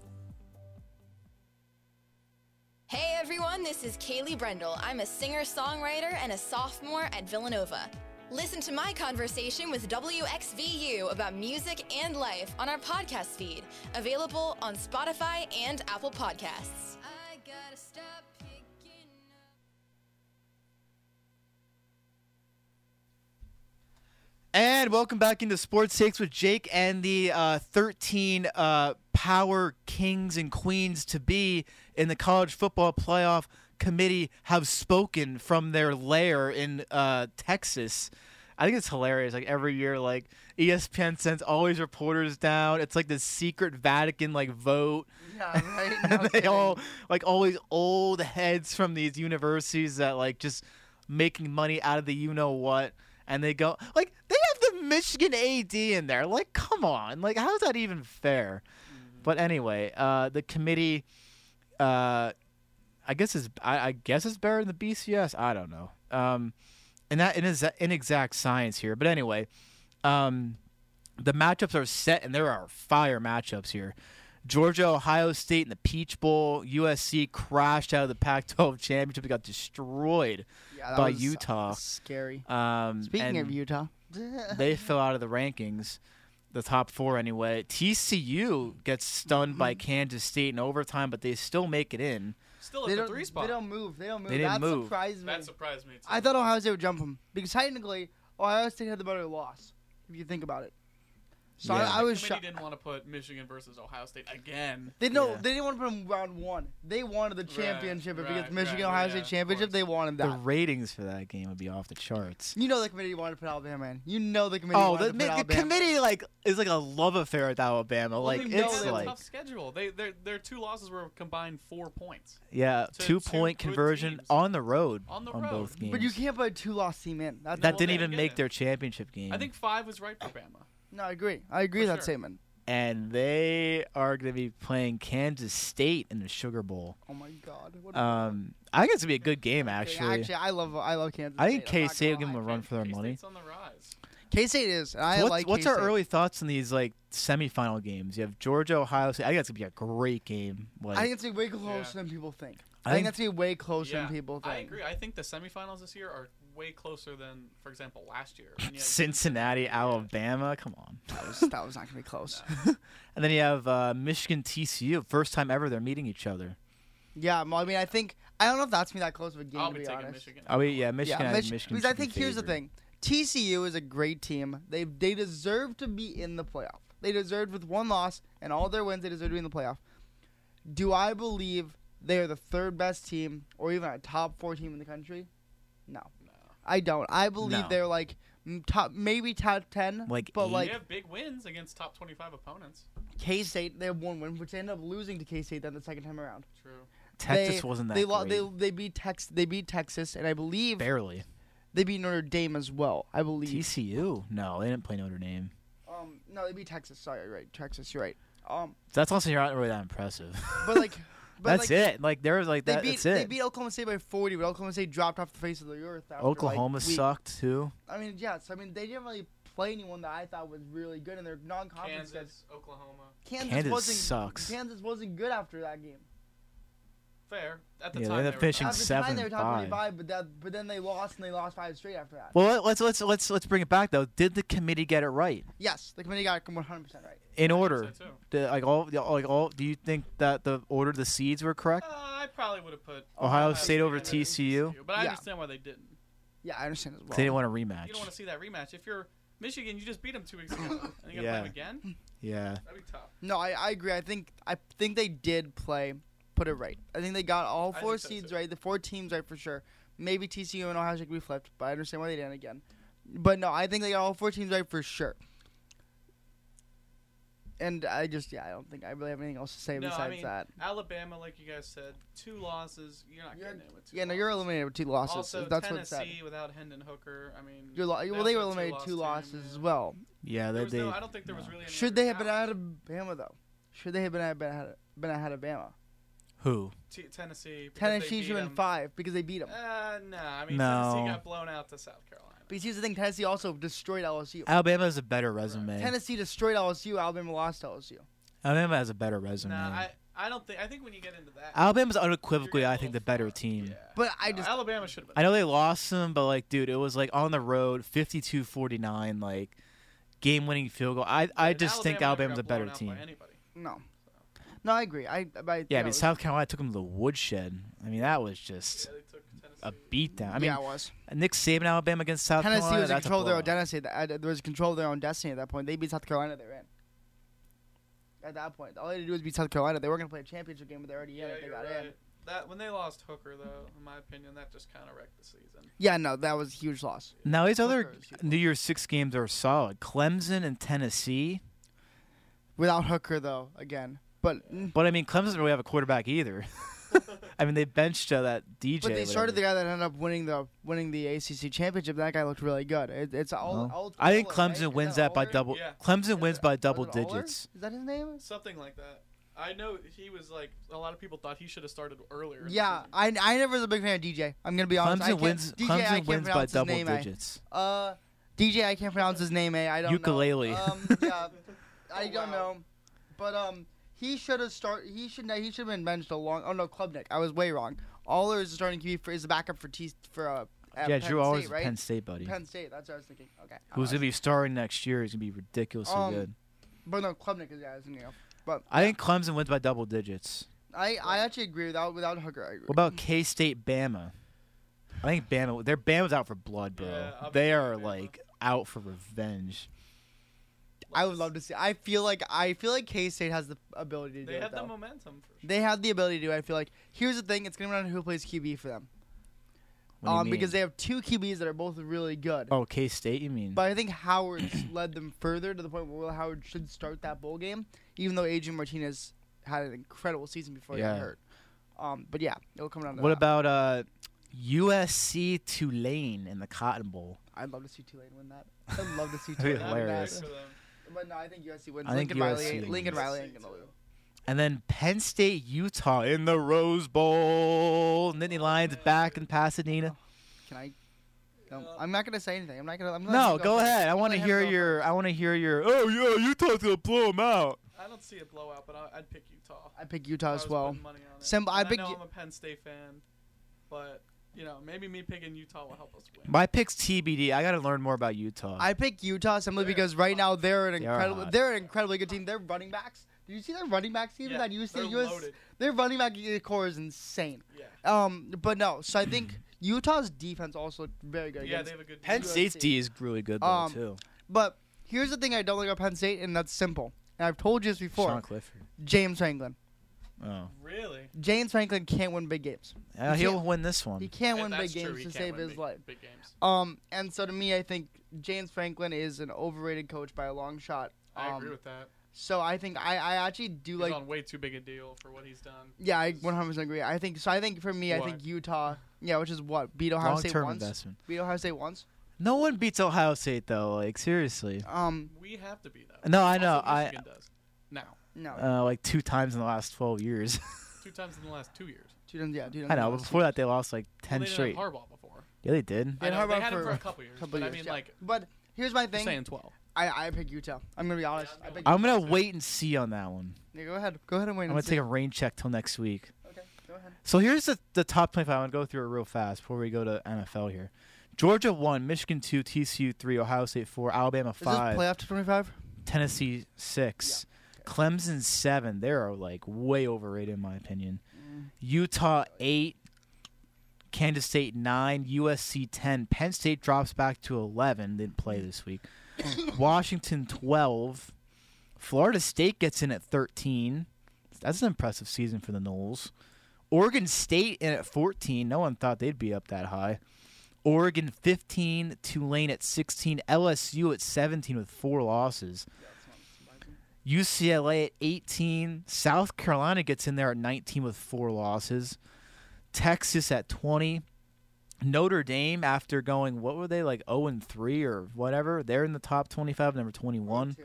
Hey everyone, this is Kaylee Brendel. I'm a singer songwriter and a sophomore at Villanova. Listen to my conversation with WXVU about music and life on our podcast feed, available on Spotify and Apple Podcasts. I gotta stop picking And welcome back into Sports Takes with Jake and the uh, 13 uh, power kings and queens to be in the college football playoff committee have spoken from their lair in uh, Texas. I think it's hilarious. Like every year, like E ESPN sends always reporters down. It's like this secret Vatican like vote. yeah, right. No they kidding. all like all these old heads from these universities that like just making money out of the you know what and they go like they have the michigan ad in there like come on like how's that even fair but anyway uh the committee uh, I guess it's I, I guess it's better than the BCS. I don't know. Um, and that it is inexact science here. But anyway, um, the matchups are set, and there are fire matchups here. Georgia, Ohio State in the Peach Bowl. USC crashed out of the Pac-12 championship. They got destroyed Yeah, that by was Utah. Scary. Um, Speaking and of Utah, they fell out of the rankings, the top four anyway. TCU gets stunned Mm-hmm. by Kansas State in overtime, but they still make it in. Still they at the don't, three spot. they don't move. They don't move. didn't that move. surprised me. that surprised me. Too. I thought Ohio State would jump him because technically Ohio State had the better loss if you think about it. So Yeah. I, I was Committee shocked. didn't want to put Michigan versus Ohio State again. They no, Yeah. they didn't want to put him round one. They wanted the championship right, because Michigan right, Ohio yeah, State of championship. course. They wanted The that. ratings for that game would be off the charts. You know the committee wanted to put Alabama in. You know the committee. Oh, wanted the, to the put Alabama. committee like is like a love affair with Alabama. Well, like they know it's they have like a tough schedule. They their their two losses were a combined four points yeah, to two two point good conversion teams. on the road on the road. both games. But you can't put a two-loss team in. That's that Well, didn't there even you make go. their championship game. I think five was right for Bama. no, I agree. I agree with For that sure. statement. and they are going to be playing Kansas State in the Sugar Bowl. Oh my God. What a- Um, I think it's gonna be a good game Okay, actually. actually, I love I love Kansas. I think State, I'm K not State will gonna give them a lie. run for their money. K-State's on the rise. K-State is. and I what's like. what's our K-State. early thoughts on these like semifinal games? You have Georgia, Ohio State. I think that's gonna be a great game. Like, I think it's gonna be way closer Yeah. than people think. I I, think- think that's gonna be way closer Yeah, than people think. I agree. I think the semifinals this year are way closer than, for example, last year. when you had- Cincinnati, Alabama. Come on. That was, that was not gonna be close. And then you have uh, Michigan, TCU. First time ever they're meeting each other. yeah, well, I mean, I think I don't know if that's gonna be that close of a game. I'll to be, be taking honest. Michigan. Oh yeah, Michigan. I yeah, think Mich- Michigan because I should be think here's the favored. thing: TCU is a great team. They they deserve to be in the playoff. They deserved with one loss and all their wins. They deserve to be in the playoff. Do I believe they are the third best team or even a top four team in the country? No, I don't. I believe No. they're like m- top, maybe top ten, Like e- but eight? They like have big wins against top 25 opponents. K State, they have one win, which they ended up losing to K State then the second time around. True. Texas They- wasn't that they, lo- great. They they beat Tex they beat Texas and I believe Barely. they beat Notre Dame as well. I believe. TCU. No, they didn't play Notre Dame. um, no, they beat Texas. Sorry, you're right, Texas. You're right. Um, So that's also not really that impressive. but like, but that's like, it. Like there was like They that. beat that's they it. beat Oklahoma State by 40, but Oklahoma State dropped off the face of the earth. After, Oklahoma like, week- sucked too. I mean, yeah. So I mean, they didn't really play anyone that I thought was really good in their non-conference. schedule. Kansas, Oklahoma. Kansas, Kansas wasn't sucks. Kansas wasn't good after that game. Fair. At the Yeah, they time, had were fishing- top. At the time, they were top 7-5. 25, but that, but then they lost and they lost five straight after that. Well, let- let's let's let's let's bring it back though. Did the committee get it right yes, the committee got it 100 percent right. in order? So, too. The- like all the- like all. Do you think that the order of the seeds were Uh, correct? I probably would have put Ohio State over and TCU. But I Yeah. understand why they didn't. Yeah, I understand as well. They didn't want a You don't want rematch. to see that rematch. If you're Michigan, you just beat them two weeks ago. and you got to Yeah. play them again? Yeah. That'd be tough. No, I, I agree. I think I think they did play put it right. I think they got all I four think so, seeds too. right, the four teams right for sure. Maybe TCU and Ohio State could be flipped, but I understand why they didn't again. But no, I think they got all four teams right for sure. And I just yeah, I don't think I really have anything else to say No, besides I mean, that. Alabama, like you guys said, two losses. You're not You're- getting it with two Yeah, no, losses. you're eliminated with two losses. Also, That's what's sad. Tennessee without Hendon Hooker. I mean, You're lo- they well, they also were had eliminated two loss team, losses as yeah. well. Yeah. They. There was they no, I don't think there was really. Any Should other they have been talent. out of Bama though? Should they have been out of Bama- been out of Bama? who? T- Tennessee? because they Tennessee beat should have been them. five because they beat them. Uh, no, I mean No. Tennessee got blown out to South Carolina. Because here's the thing, Tennessee also destroyed LSU. Alabama has a better resume. Tennessee destroyed LSU. Alabama lost LSU. Alabama has a better resume. No, I, I don't think. I think when you get into that, Alabama's you're getting unequivocally, a I think, little the better far. team. Yeah. But I No, just Alabama should have I been. know they lost them, but like, dude, it was like on the road, 52-49, like game-winning field goal. I I and just think Alabama's Alabama never a got better blown out team. By anybody. no. No, I agree. I, I Yeah, I it mean was- South Carolina took them to the woodshed. I mean that was Yeah, just they took Tennessee. a beatdown. I mean yeah, it was. Nick Saban Alabama against South Tennessee Carolina. was in that's a control of their own blowout. destiny. At that- There was control of their own destiny at that point. They beat South Carolina. They're in. At that point, all they had to do was beat South Carolina. They were going to play a championship game, but they're already yeah, in. If they you're got right. in. That when they lost Hooker, though, in my opinion, that just kind of wrecked the season. Yeah, no, that was a huge loss. Now these other Hooker is huge. New Year's Six games are solid. Clemson and Tennessee, Without Hooker though, again. But mm, but I mean Clemson doesn't really have a quarterback either. I mean they benched uh, that DJ. but they started the whatever. guy that ended up winning the winning the ACC championship. That guy looked really good. It, it's all, Well, all. Uh-huh. I think all- right? Clemson Is wins that that by Aller? double. Yeah. Clemson wins by double Was it Aller? digits. Is that his name? Something like that. I know he was like a lot of people thought he should have started earlier. in the Yeah, season. I, I never was a big fan of DJ. I'm gonna be honest. I Clemson can't- wins. DJ, I Clemson can't wins by pronounce his double name, I- digits. Uh, DJ, I can't pronounce his name. Eh? I don't Ukulele. know. Um, yeah, I don't know, but um, he should have start. He should. He should have been benched a long. Oh no, Klubnik. I was way wrong. Aller is starting to be for is the backup for T for uh. at yeah, Penn Drew always State, right? Penn State buddy, Penn State. That's what I was thinking. Okay. Uh, who's gonna be starring next year. He's gonna be ridiculously Um, good. But no, Klubnik is yeah, isn't he? But I think Clemson wins by double digits. I I actually agree without without Hooker. I agree. What about K State Bama? I think Bama. Their Bama's out for blood, bro. Yeah, I'll they be are Bama. like out for revenge. I would love to see. I feel like I feel like K State has the ability to do They it had the though. momentum. For sure. they have the ability to. I feel like here's the thing: it's gonna run who plays QB for them, What do you um, because mean? they have two QBs that are both really good. oh K State, you mean? But I think Howard's led them further to the point where Will Howard should start that bowl game, even though Adrian Martinez had an incredible season before he Yeah. got hurt. Um, but yeah, it'll come down to what that. about uh, USC Tulane in the Cotton Bowl? I'd love to see Tulane win that. I'd love to see That'd be Tulane That'd be win nice hilarious. that. for them. But no, I think USC wins. I think Lincoln Riley, USC ain't- Lincoln wins. Riley ain't gonna lose. And then Penn State, Utah in the Rose Bowl. Nittany Lions back in Pasadena. Can I? Uh, No, I'm not gonna say anything. I'm not gonna. I'm gonna No, let you go first. ahead. I Let want to him hear go your. I want to hear your. Oh yeah, Utah's gonna blow them out. I don't see a blowout, but I, I'd pick Utah. I pick Utah I as was well. putting money on it. Sim- I And I pick know U- I'm a Penn State fan, but you know maybe me picking Utah will help us win. My pick's TBD. I gotta learn more about Utah. I pick Utah simply because right now they're an They are incredible. hot. They're an incredibly good team. Their running backs. Did you see their running backs even Yeah, on USC? they're US, loaded. Their running back core is insane. Yeah, Um, but no. So I think Utah's defense also looked very good. yeah, against- they have a good. Penn defense. State's D is really good though Um, too. but here's the thing I don't like about Penn State, and that's simple. And I've told you this before. Sean Clifford. James Franklin. Oh, Really? James Franklin can't win big games. Uh, You he'll can't- win this one. He can't Yeah, win that's big true, games he to can't save win his big- life. Big games. Um, and so to me, I think James Franklin is an overrated coach by a long shot. I Um, agree with that. So I think I, I actually do He's like on way too big a deal for what he's done. Yeah, I 100% agree. I think so. I think for me, I Why? think Utah. Yeah, which is what beat Ohio State Long-term once. investment. Beat Ohio State once. No one beats Ohio State though. Like seriously. Um, We have to be though. No, I know. Also, I- Michigan does now no, Uh, like two times in the last twelve years. two times in the last two years. two times. Yeah, two times. I know. was But two- before that, they lost like Well, ten they straight. didn't have Harbaugh before. Yeah, they did. They had I know, they Harbaugh had him for for a couple years. couple but years, I mean, yeah. like But here's my you're thing. saying twelve. I I pick Utah. I'm gonna be honest. I pick. I'm gonna wait and see on that one. Yeah, go ahead. Go ahead and wait. I'm and gonna see. take a rain check till next week. Okay, go ahead. So here's the, the top 25. I'm going to go through it real fast before we go to NFL here. Georgia 1, Michigan 2, TCU 3, Ohio State 4, Alabama Is this 5, playoff to 25? Tennessee 6, Clemson 7. They are like way overrated in my opinion. Mm. Utah 8, Kansas State 9, USC 10. Penn State drops back to 11, didn't play Mm. this week. Washington 12, Florida State gets in at 13. That's an impressive season for the Knowles. Oregon State in at 14. No one thought they'd be up that high. Oregon 15, Tulane at 16, LSU at 17 with four losses. UCLA at 18, South Carolina gets in there at 19 with four losses. Texas at 20. Notre Dame after going what were they like 0 and 3 or whatever? They're in the top 25 number 21. Two.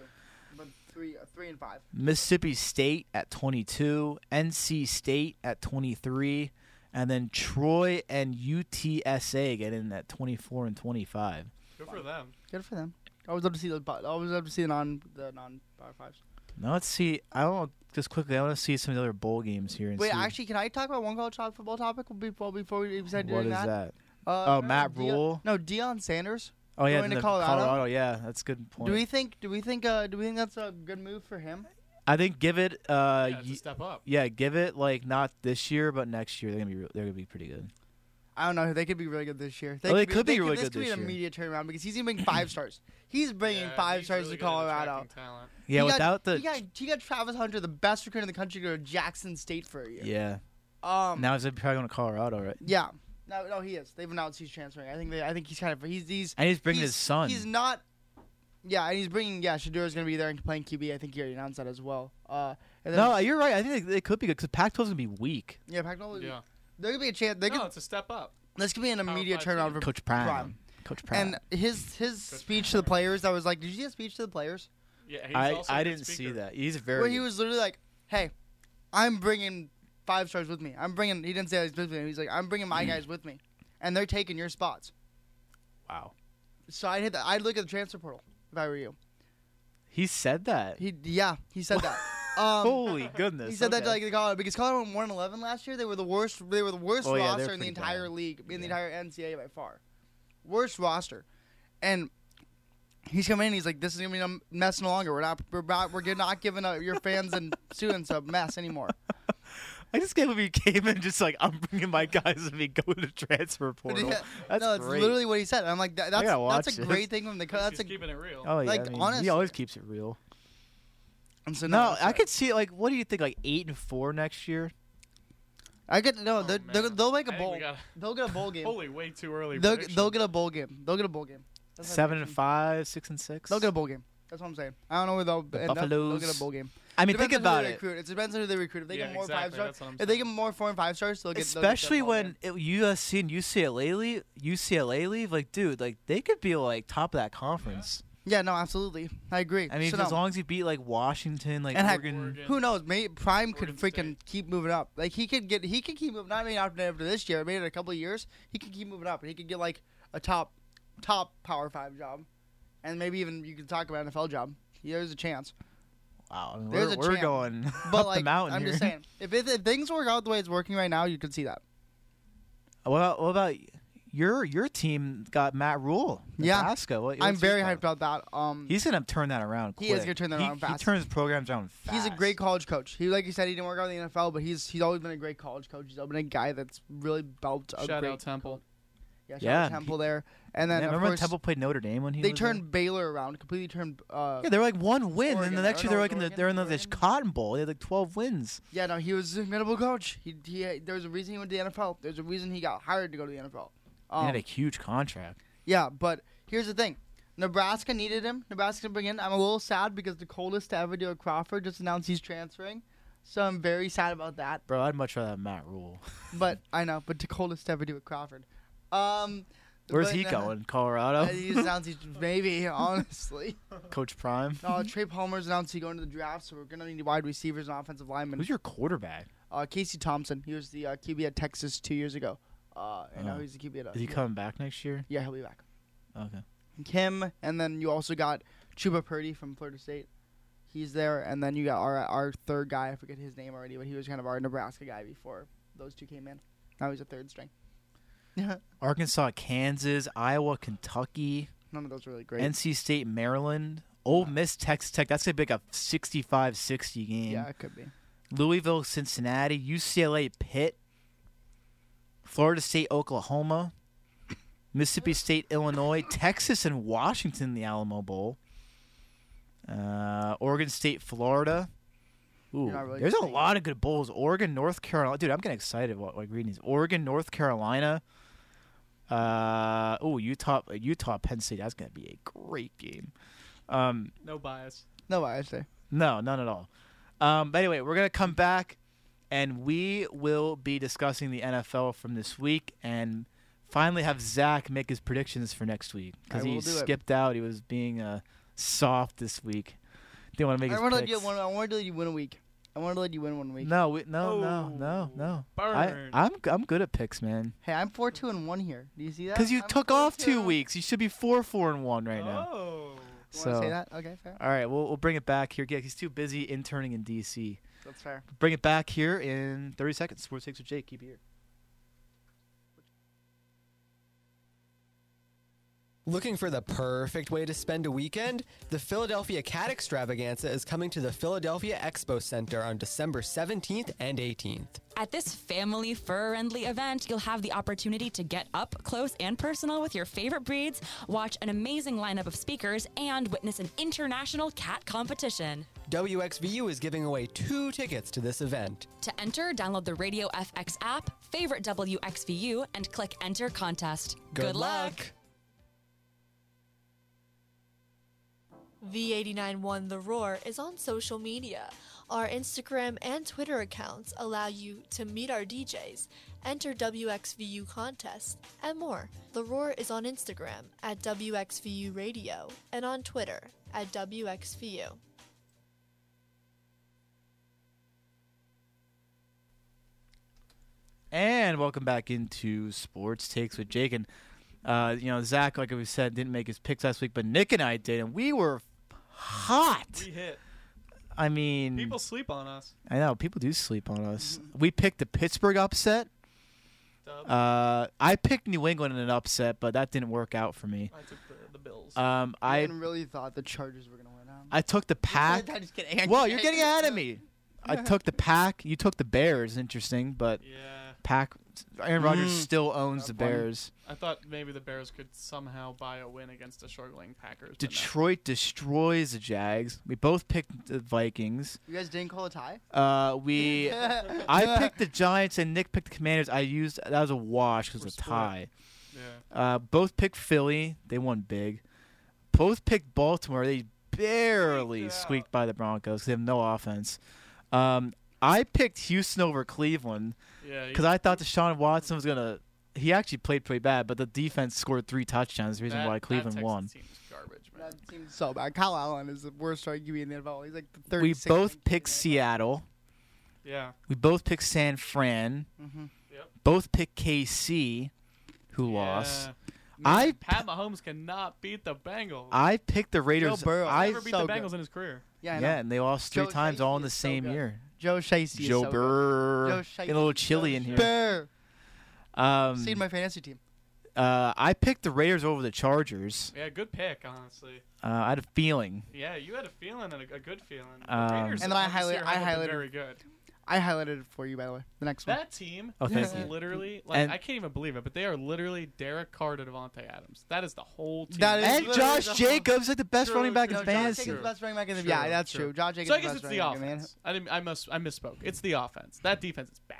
But three, uh, three and five. Mississippi State at 22, NC State at 23, and then Troy and UTSA get in at 24 and 25. Good for them. Good for them. I always love to see the. I always love to see the non the non power fives. Now let's see. I don't just quickly. I want to see some of the other bowl games here. And Wait, see actually, can I talk about one college football topic before before we decide what doing is that? that? Uh, Oh, Matt Deion- Rule? No, Deion Sanders. Oh yeah, Going the to Colorado? Yeah, that's a good point. Do we think? Do we think? Uh, do we think that's a good move for him? I think give it. Uh, Yeah, yeah, it's a step up. yeah, give it like not this year, but next year they're gonna be re- they're gonna be pretty good. I don't know. They could be really good this year. Oh, they could be really this good could this be year. an immediate turnaround because he's even five stars. He's bringing Yeah, five he's stars really to good at Colorado. attracting talent. Yeah, He got- without the. he got, he got Travis Hunter, the best recruit in the country, to go to Jackson State for a year. yeah, Um. now he's probably going to Colorado, right? yeah. No, no, he is. They've announced he's transferring. I think they. I think he's kind of. He's he's. And he's bringing he's- his son. He's not. Yeah, and he's bringing. Yeah, Shadur's gonna be there and playing QB. I think he already announced that as well. Uh. And then, No, you're right. I think it could be good because Pac-12 is gonna be weak. Yeah, Pac-12. Yeah. There could be a chance. There No, could, it's a step up. this could be an Power immediate five turnaround team. for Coach Prime. Prime. Coach Prime. And his his speech to the players that was like, did you see his speech to the players? Yeah, he's I also a I good didn't see speaker. that. He's very. Where he was literally like, hey, I'm bringing five stars with me. I'm bringing. He didn't say he's with me. He's like, I'm bringing my Mm. guys with me, and they're taking your spots. Wow. So I'd hit the, I'd look at the transfer portal if I were you. He said that. He yeah, he said that. Um, Holy goodness. he said that to okay. like the Colorado because Colorado won 111 last year. They were the worst. They were the worst Oh, yeah, they're roster in the pretty bad. entire league, in the entire NCAA by far. Worst roster, and he's coming in. He's like, "This is gonna be a mess no longer. We're not. We're not. We're not giving up your fans and students a mess anymore." I just can't believe he came in just like I'm bringing my guys and me go to the transfer portal. Yeah. That's no, great. literally what he said. I'm like, that, that's gotta that's a watch great this. thing from the. Co- That's that's He's a. keeping it real. oh yeah, like, I mean, honestly. he always keeps it real. And so No, that's I right. could see like what do you think like eight and four next year? I could. No, Oh, they're, Oh, man. they're, they'll make a I think bowl. we gotta- They'll get a bowl game. Holy, way too early. They'll, prediction. they'll get a bowl game. They'll get a bowl game. That's my Seven and prediction. five, six and six. They'll get a bowl game. That's what I'm saying. I don't know where they'll end up. They'll get Buffaloes. a bowl game. I mean, Depends think on who about they it. Recruit. It depends on who they recruit. If they Yeah, get more exactly. five That's what stars, I'm if they saying. get more four and five stars, they'll get. they'll get that Especially ball game. when it, USC and UCLA leave, UCLA leave, like dude, like they could be like top of that conference. Yeah, no, absolutely. I agree. I mean, So as no. long as you beat like Washington, like And heck, Oregon, Oregon. Who knows? Maybe Prime could Oregon freaking keep moving up. Like he could get, he could keep moving. Not maybe after after this year, maybe in a couple of years, he could keep moving up, and he could get like a top, top Power Five job, and maybe even you could talk about an NFL job. There's a chance. wow, I mean, There's we're, a we're chance. going But up like, the mountain I'm here. just saying, if, if if things work out the way it's working right now, you could see that. What about, what about your your team? Got Matt Rule, Yeah. Nebraska. What, I'm what's your very thought? hyped about that. Um, He's gonna turn that around. He Quick. is gonna turn that He- around fast. He turns programs around fast. He's a great college coach. He, like you said, he didn't work out in the NFL, but he's he's always been a great college coach. He's always been a guy that's really built. A Shout great, out Temple. yeah, shout Yeah. out Temple there. And Man, then of remember when course Temple played Notre Dame when he they was there? turned Baylor around, completely turned. Uh, Yeah, they were like one win, and then the Oregon, next year they're or like in the Oregon, they're in the, this Oregon. Cotton Bowl. They had like twelve wins. yeah, no, he was an incredible coach. He, he there was a reason he went to the NFL. There's a reason he got hired to go to the NFL. They Um, had a huge contract. Yeah, but here's the thing. Nebraska needed him. Nebraska bring in. I'm a little sad because the coldest to ever do it, Crawford, just announced he's transferring. So I'm very sad about that. Bro, I'd much rather have Matt Rule. But I know, but the coldest to ever do it, Crawford. Um, Where's but, he uh, going? Colorado? uh, he sounds he's maybe honestly. Coach Prime? No, Trey Palmer's announced he's going to the draft, so we're gonna need wide receivers and offensive linemen. Who's your quarterback? Uh, Casey Thompson. He was the uh, QB at Texas two years ago, uh, and now he's the QB at. Uh, Oh. Is he coming back next year? yeah, he'll be back. Okay. Kim, and then you also got Chuba Purdy from Florida State. He's there, and then you got our our third guy. I forget his name already, but he was kind of our Nebraska guy before those two came in. Now he's a third string. Arkansas, Kansas, Iowa, Kentucky, None of those are really great. NC State, Maryland, Ole Miss, Texas Tech. That's going to be like a 65 60 game. yeah, it could be. Louisville, Cincinnati, UCLA, Pitt, Florida State, Oklahoma, Mississippi State, Illinois, Texas, and Washington, the Alamo Bowl, uh, Oregon State, Florida. Ooh, not really there's a saying lot of good bowls. Oregon, North Carolina. Dude, I'm getting excited while like reading these. Oregon, North Carolina. Uh, oh, Utah, Utah, Penn State. That's gonna be a great game. Um, No bias. No, I say. no, none at all. Um, but anyway, we're gonna come back, and we will be discussing the NFL from this week, and finally have Zach make his predictions for next week because I he will do it. skipped out. He was being uh, soft this week. Didn't want to make I his want to let picks. you. One, I want to let you win a week. I want to let you win one week. No, we, no, no, no, Oh, no. I, burn. I'm I'm good at picks, man. Hey, I'm four two and one here. Do you see that? Because you I'm took 4-2 off and two one. weeks. You should be four, four, and one right now. Oh. You wanna So, say that? Okay, fair. all right, we'll we'll bring it back here. Yeah, he's too busy interning in D.C. That's fair. Bring it back here in 30 seconds. Sports takes with Jake. Keep it here. Looking for the perfect way to spend a weekend? The Philadelphia Cat Extravaganza is coming to the Philadelphia Expo Center on December 17th and 18th. At this family friendly event, you'll have the opportunity to get up close and personal with your favorite breeds, watch an amazing lineup of speakers, and witness an international cat competition. WXVU is giving away two tickets to this event. To enter, download the Radio FX app, favorite WXVU, and click Enter Contest. V891 The Roar is on social media. Our Instagram and Twitter accounts allow you to meet our DJs, enter WXVU contests, and more. The Roar is on Instagram at WXVU Radio and on Twitter at WXVU. And welcome back into Sports Takes with Jake. And, uh, you know, Zach, like we said, didn't make his picks last week, but Nick and I did, and we were hot. We hit. I mean, People sleep on us. I know people do sleep on us. We picked the Pittsburgh upset. Dub. Uh, I picked New England in an upset, but that didn't work out for me. I took the, the Bills. Um, I I really thought the Chargers were gonna win. um. Huh? I took the pack. I just get angry. Well, you're getting out of me. I took the pack. You took the Bears. Interesting, but yeah, pack. Aaron Rodgers Mm. still owns Not the funny. Bears. I thought maybe the Bears could somehow buy a win against the struggling Packers. but no. Detroit destroys the Jags. We both picked the Vikings. You guys didn't call a tie. Uh, we. I picked the Giants and Nick picked the Commanders. I used that was a wash because We're a split. tie. Yeah, Uh, both picked Philly. They won big. Both picked Baltimore. They barely Squeaked it squeaked by the Broncos. They have no offense. Um, I picked Houston over Cleveland yeah. because I thought Deshaun Watson was gonna. He actually played pretty bad, but the defense scored three touchdowns. The reason why Cleveland won. Team's garbage, man. That seems so bad. Kyle Allen is the worst arguably in the NFL. He's like the third. We both picked Seattle. Yeah, We both picked San Fran. Yep. Both picked KC, who lost. Yeah. I- Pat Mahomes cannot beat the Bengals. I picked the Raiders. Burrow. I never beat so the good. Bengals in his career. Yeah, I know. yeah, and they lost three Joe times Shiesty all in the is so same good. year. Joe Shacey. Joe is so Burr. Good. Joe Getting a little chilly in here. Burr. Um, Seen my fantasy team. uh, I picked the Raiders over the Chargers. Yeah, good pick, honestly. Uh, I had a feeling. Yeah, you had a feeling and a, a good feeling. The Um, Raiders And then I this highlight- year I haven't been highlighted- Very good. I highlighted it for you, by the way. The next one. That team Oh, thank is you. literally like And- I can't even believe it, but they are literally Derek Carr to Devontae Adams. That is the whole team. That is And literally Josh the whole- Jacobs, like the best True, running back true, in true. John fantasy. Jacobs, best running back in the True, yeah, that's true. true. John Jacobs, so I guess best it's the running back, man. offense. I didn't. I must. I misspoke. It's the offense. That defense is bad.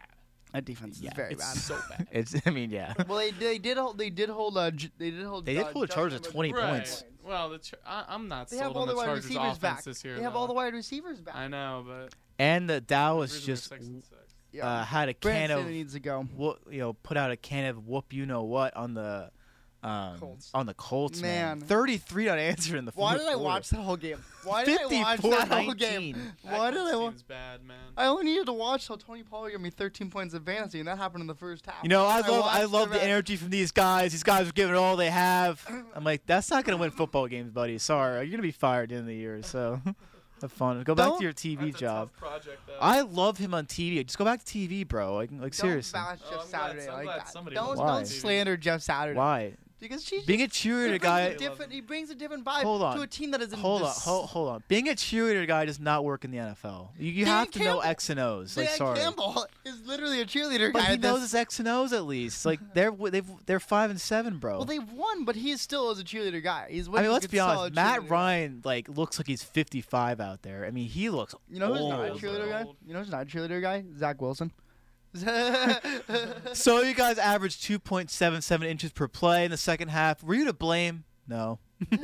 That defense Yeah, is very It's bad. so bad. It's, I mean, yeah. well, they, they did hold. They did hold. Uh, J- they did hold. They did uh, hold the Chargers Justin at with 20 right. points. Well, the, Char- I, I'm not They sold have all on the the wide Chargers' receivers offense back. this year. They have though. all the wide receivers back. Uh, I know, but And the Dallas Raiders are just six and six. uh, had a can Brandon of Staley needs to go. whoop, you know, put out a can of whoop you know what on the um, Colts. on the Colts, man. Man. 33 unanswered in the Why fourth did I quarter. watch that whole game? Why did I watch that whole game? 54-19. Why That did I watch? team's bad, man. I only needed to watch till Tony Pollard gave me 13 points of fantasy, and that happened in the first half. You know, I love I, watched love the rest- energy from these guys. These guys are giving it all they have. I'm like, that's not gonna win football games, buddy. Sorry, you're gonna be fired in the year. So, have fun. Go back Don't- to your TV That's a job. tough project, though. I love him on TV. Just go back to TV, bro. Like, like seriously, Don't bash Oh, Jeff I'm glad- Saturday I'm like glad that. somebody Don't, loves Why? don't slander Jeff Saturday why? because she's Being a cheerleader guy. different different. He brings a different vibe Hold on. to a team that is in Hold on, dis- hold, hold on. Being a cheerleader guy does not work in the NFL. You, you Dan have to know Campbell- X and O's. Like, Dan sorry, Campbell is literally a cheerleader but guy. he at this- knows his X and O's at least. Like they're they've, they're five and seven, bro. Well, they've won, but he still is a cheerleader guy. He's I what mean, you let's could be call a honest. Matt cheerleader. Ryan like looks like he's 55 out there. I mean, he looks You know who's not a old. cheerleader guy? Old. You know who's not a cheerleader guy? Zach Wilson. Zach So you guys averaged 2.77 inches per play in the second half. Were you to blame? No. and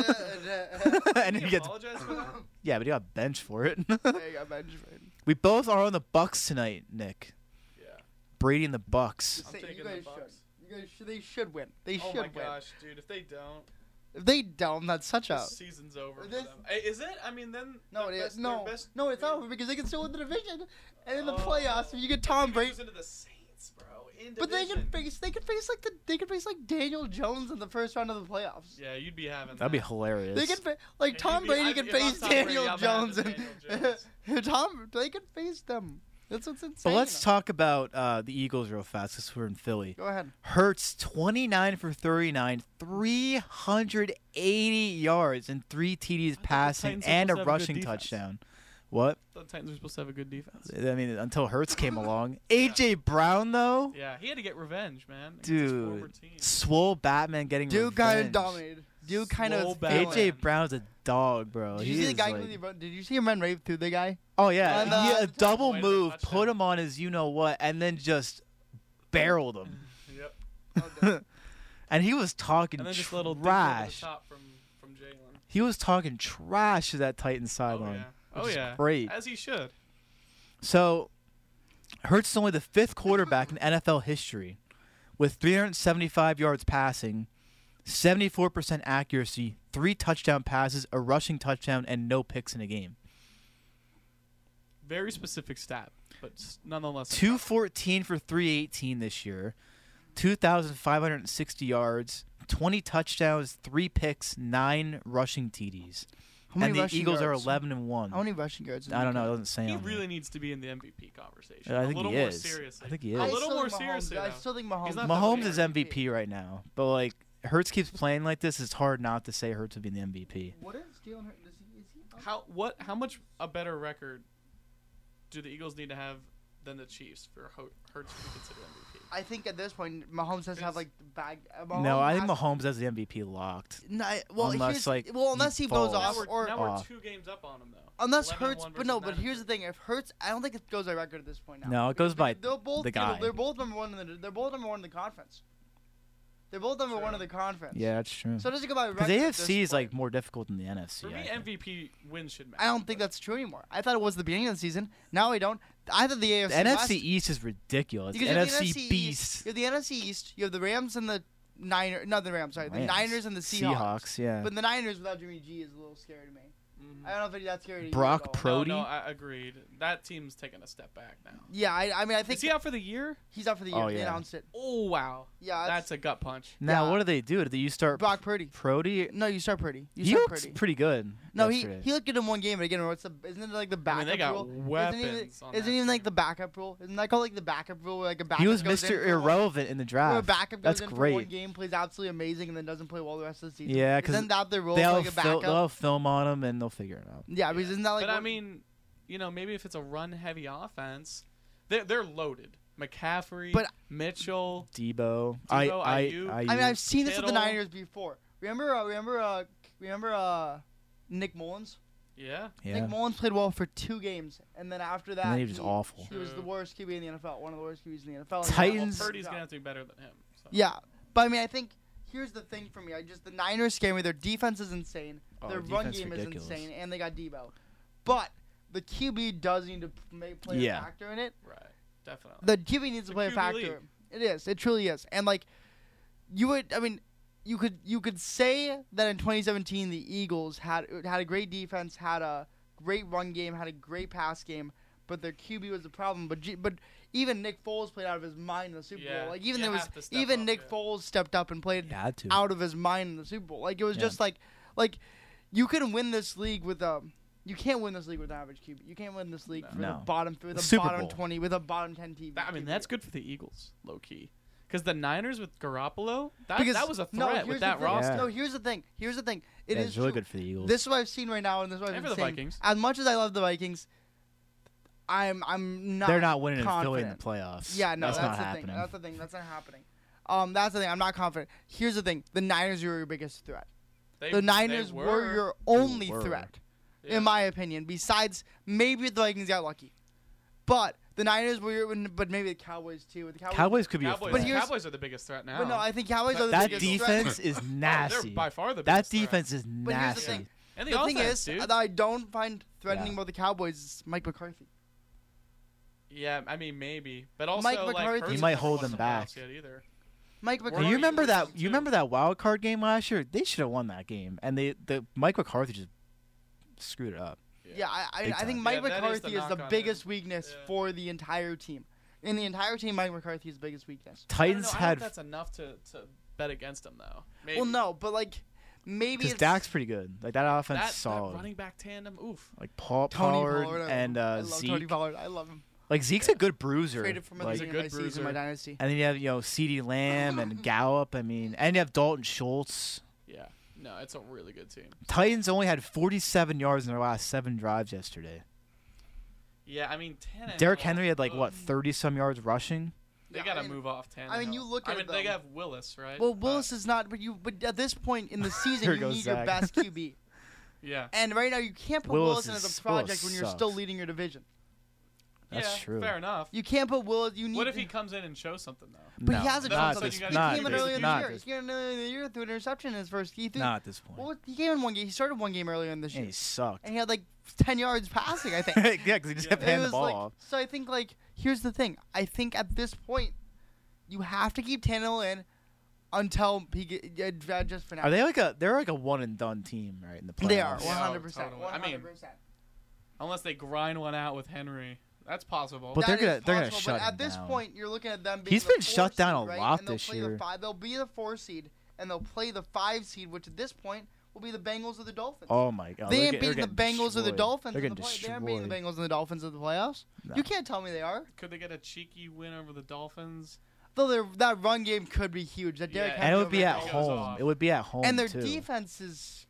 Can he you gets apologize for that? yeah, but he got benched for it. Benjamin. we both are on the Bucks tonight, Nick. Yeah, Brady and the Bucks. I'm Say, taking you the guys Bucs. should. You guys should. They should win. They Oh should my win. gosh, dude! If they don't, If they don't, that's such a this season's over. for This- them. Hey, Is it? I mean, then no. their It best, is their no. best- No, it's I mean, over because they can still win the division and in the Oh. playoffs if you get they Tom could Brady. lose into the Saints, bro. In But they can division. face. They could face like the. They could face like Daniel Jones in the first round of the playoffs. Yeah, you'd be having. That'd be that. hilarious. They could fa- like If Tom you beat- Brady I- could if I'm face Tom Brady, Daniel I'm having Jones and Daniel Tom. They could face them. That's what's insane. but let's talk about uh, the Eagles real fast because we're in Philly. Go ahead. Hurts 29 for 39, 380 yards and three TDs passing Titans and a supposed to have a good rushing defense. touchdown. What? The Titans are supposed to have a good defense. I mean, until Hertz came along. AJ Brown though, Yeah, he had to get revenge, man. against his former dude, team. swole Batman getting Dude kind of revenge. dominated. Dude kind Slow of. balance. failing. AJ Brown's a dog, bro. Did He you see the is guy? like- completely run- Did you see him run right through the guy? oh yeah, on the- he on had the a double Way to move, touch put him. him on his you know what, and then just barreled him. Yep. Oh, And he was talking And then just a little dink over the trash. top from from Jalen. He was talking trash to that Titan Oh sideline. yeah. which Oh is yeah. great. As he should. So, Hertz is only the fifth quarterback in NFL history with 375 yards passing, 74% accuracy, three touchdown passes, a rushing touchdown, and no picks in a game. Very specific stat. but s- nonetheless, a Two stop. fourteen for three eighteen this year, two thousand five hundred and sixty yards, twenty touchdowns, three picks, nine rushing TDs. How many and the rushing Eagles are yards? eleven and one. How many rushing yards? did I he don't know. get? It doesn't say. He on here. really needs to be in the MVP conversation. I think a little he more is. seriously. I think he A is. little still more think Mahomes- seriously. I though. still think Mahomes. He's not that Mahomes great. is MVP right now, but like Hertz keeps playing like this, it's hard not to say Hertz would be the MVP. What is Jalen Hurts? Is he? Is he up? How what? How much a better record do the Eagles need to have than the Chiefs for Ho- Hurts to be considered MVP? I think at this point, Mahomes has to have It's- like the bag. uh, no, I think has- Mahomes has the MVP locked. No, I- well, unless, here's- like, well, he unless he falls. blows Now off, we're, or now we're off. two games up on him though. unless 11-1 Hurts. But versus no, but 9-3. here's the thing: if Hurts, I don't think it goes by record at this point. Now. No, it goes They- by They're both the you know, guy. They're both number one in the. They're both number one in the conference. They're both number one in the conference. Yeah, that's true. So it doesn't go by Because record. the at this AFC is point. like more difficult than the NFC. For I me, think. MVP win should matter. I don't think but that's true anymore. I thought it was the beginning of the season. Now I don't. I thought the AFC. The NFC last- East is ridiculous. Because you have NFC, the Beast. East, you have the NFC East. You have the Rams and the Niners. Not the Rams. Sorry, the Rams. Niners and the Seahawks. Seahawks, yeah. But the Niners without Jimmy G is a little scary to me. I don't know if it's that scary. to you Brock at all. Purdy. mm-hmm. No, no, I agreed. That team's taking a step back now. Yeah, I, I mean, I think Is he out for the year? he's out for the year. Oh, They yeah. announced it. Oh wow. Yeah, That's a gut punch. now, Yeah. what do they do? Do you start Brock Purdy. Prody? No, you start Purdy. You he start looks Purdy. pretty good. no, he yesterday. he looked good in one game, but again, what's the isn't it like the backup mean, they got rule? isn't even, weapons on isn't that even like team. the backup rule? Isn't that called like the backup rule? Where, like a backup He was goes in Mr. for one- Irrelevant in the draft. Where a backup goes that's in great. for one game, plays absolutely amazing, and then doesn't play well the rest of the season. Yeah, 'cause isn't that the rule? for, They'll, Like a fil- backup. they'll film on him and they'll figure it out. yeah, because isn't that like? but I what- mean, you know, maybe if it's a run-heavy offense, they're they're loaded. McCaffrey, But- Mitchell. Debo, I, Debo, I, Ayuk. I, I mean, I've seen this with the Kittle. Niners before. Remember, uh, remember, uh, remember, uh, Nick Mullins. Yeah. yeah. Nick Mullins played well for two games, and then after that, then he was awful. He was the True. worst QB in the NFL. One of the worst QBs in the NFL. Titans- Well, Purdy's gonna have to be better than him. So. Yeah, but I mean, I think here's the thing for me. I just the Niners scare me. Their defense is insane. Oh, their defense run game ridiculous. is insane, and they got Debo. But the QB does need to p- make, play Yeah. a factor in it. Right. Definitely. The QB needs to a play a QB factor. league. It is. It truly is. And like, you would. I mean. You could you could say that in 2017 the Eagles had had a great defense, had a great run game, had a great pass game, but their QB was the problem. But G- but even Nick Foles played out of his mind in the Super Yeah, Bowl. Like even you there was have to step even up, Nick yeah. Foles stepped up and played Yeah, had to. out of his mind in the Super Bowl. Like it was Yeah. just like like you can win this league with a you can't win this league with an average QB. You can't win this league with No. a bottom with The a Super bottom Bowl. twenty with a bottom ten team. That- I mean, that's good for the Eagles, low key. Because the Niners with Garoppolo, that, Because that was a no, threat here's with the that thing. roster. Yeah. No, here's the thing. Here's the thing. It yeah, is it's really true. good for the Eagles. This is what I've seen right now, and this is what I've And been for the saying. Vikings. As much as I love the Vikings, I'm I'm not. They're not winning in Philly in confident. the playoffs. Yeah, no, that's, that's, not the happening. thing. That's the thing. That's not happening. Um, that's the thing. I'm not confident. Here's the thing. The Niners were your biggest threat. They- The they Niners were. your only were. threat, Yeah. in my opinion. Besides, maybe the Vikings got lucky, but the Niners were. Your, but maybe the Cowboys too. The Cowboys. Cowboys could be Cowboys, a But the threat. here's- Cowboys are the biggest threat now. But no, I think Cowboys are the Oh. that biggest defense threat. is Oh, nasty. they're by far the that biggest threat. defense is But here's the nasty. thing. And The, the, thing offense, is dude. that I don't find threatening Yeah. about the Cowboys is Mike McCarthy. yeah, I mean maybe, but also Mike like, McCarthy- Hurts He is might not hold in them the playoffs back. yet either. Mike We're Do McCarthy. you already remember that? losing You two. remember that wild card game last year? They should have won that game, and they the Mike McCarthy just screwed it up. Yeah, I, I, Big I think time. Mike Yeah, that is the McCarthy is the knock on biggest him. weakness Yeah. for the entire team. In the entire team, Mike McCarthy is the biggest weakness. I don't know, Titans I don't know if had that's enough to, to bet against them though. Maybe. Well, no, but like maybe because it's Dak's pretty good. Like that offense, that, is solid. that running back tandem. Oof. like Paul Tony Pollard, Pollard, I and love- uh, I love Zeke. Tony Pollard. I love him. Like Zeke's a good bruiser. Traded from him at like- the beginning of good my season, in my bruiser. dynasty. and then you have you know Ceedee Lamb and Gallup. I mean, and you have Dalton Schultz. Yeah. No, it's a really good team. Titans only had 47 yards in their last seven drives yesterday. Yeah, I mean Tannehill. Derrick Henry had like ugh. what 30 some yards rushing. They Yeah, gotta I mean- move off Tannehill. I mean, you look I at mean, they them. have Willis, right? Well, But- Willis is not, but you, but at this point in the Here season, you goes need Zach. your best QB. Yeah. And right now, you can't put Willis Willis, in as is- a project Willis when you're still sucks. leading your division. That's yeah, true. Fair enough. You can't put Willis. You need. What if he comes in and shows something though? But No, he has a not chance on this, not, this guy. He came in this- earlier in the not year. He this- came in earlier in the year through an interception in his first. He threw. not at this point. Well, he came in one game. He started one game earlier in this and year, he sucked. and he had like ten yards passing. I think. yeah, because he just kept It handing the was ball like- off. So I think like here's the thing. I think at this point, you have to keep Tannehill in until he get, yeah, just for now. Are they Oh, like a? They're like a one and done team, right? In the playoffs. They are Yeah, 100. percent totally. I mean- Unless they grind one out with Henry, That's possible. But That they're is gonna- they're gonna possible, shut But at him this down. point, you're looking at them. Being He's the been shut four down seed, a right? lot And they'll this play year. The five, they'll be the four seed, and they'll play the five seed, which at this point will be the Bengals or the Dolphins. Oh my god. they they're ain't get- they're beating the getting Bengals or the destroyed. Dolphins. They're in getting the play- They aren't beating the destroyed. Bengals and the Dolphins in the playoffs. No. You can't tell me they are. Could they get a cheeky win over the Dolphins? Though their that run game could be huge. That Derrick Yeah, Henry And it would be over at goes there. home. off. It would be at home And their too. defense is.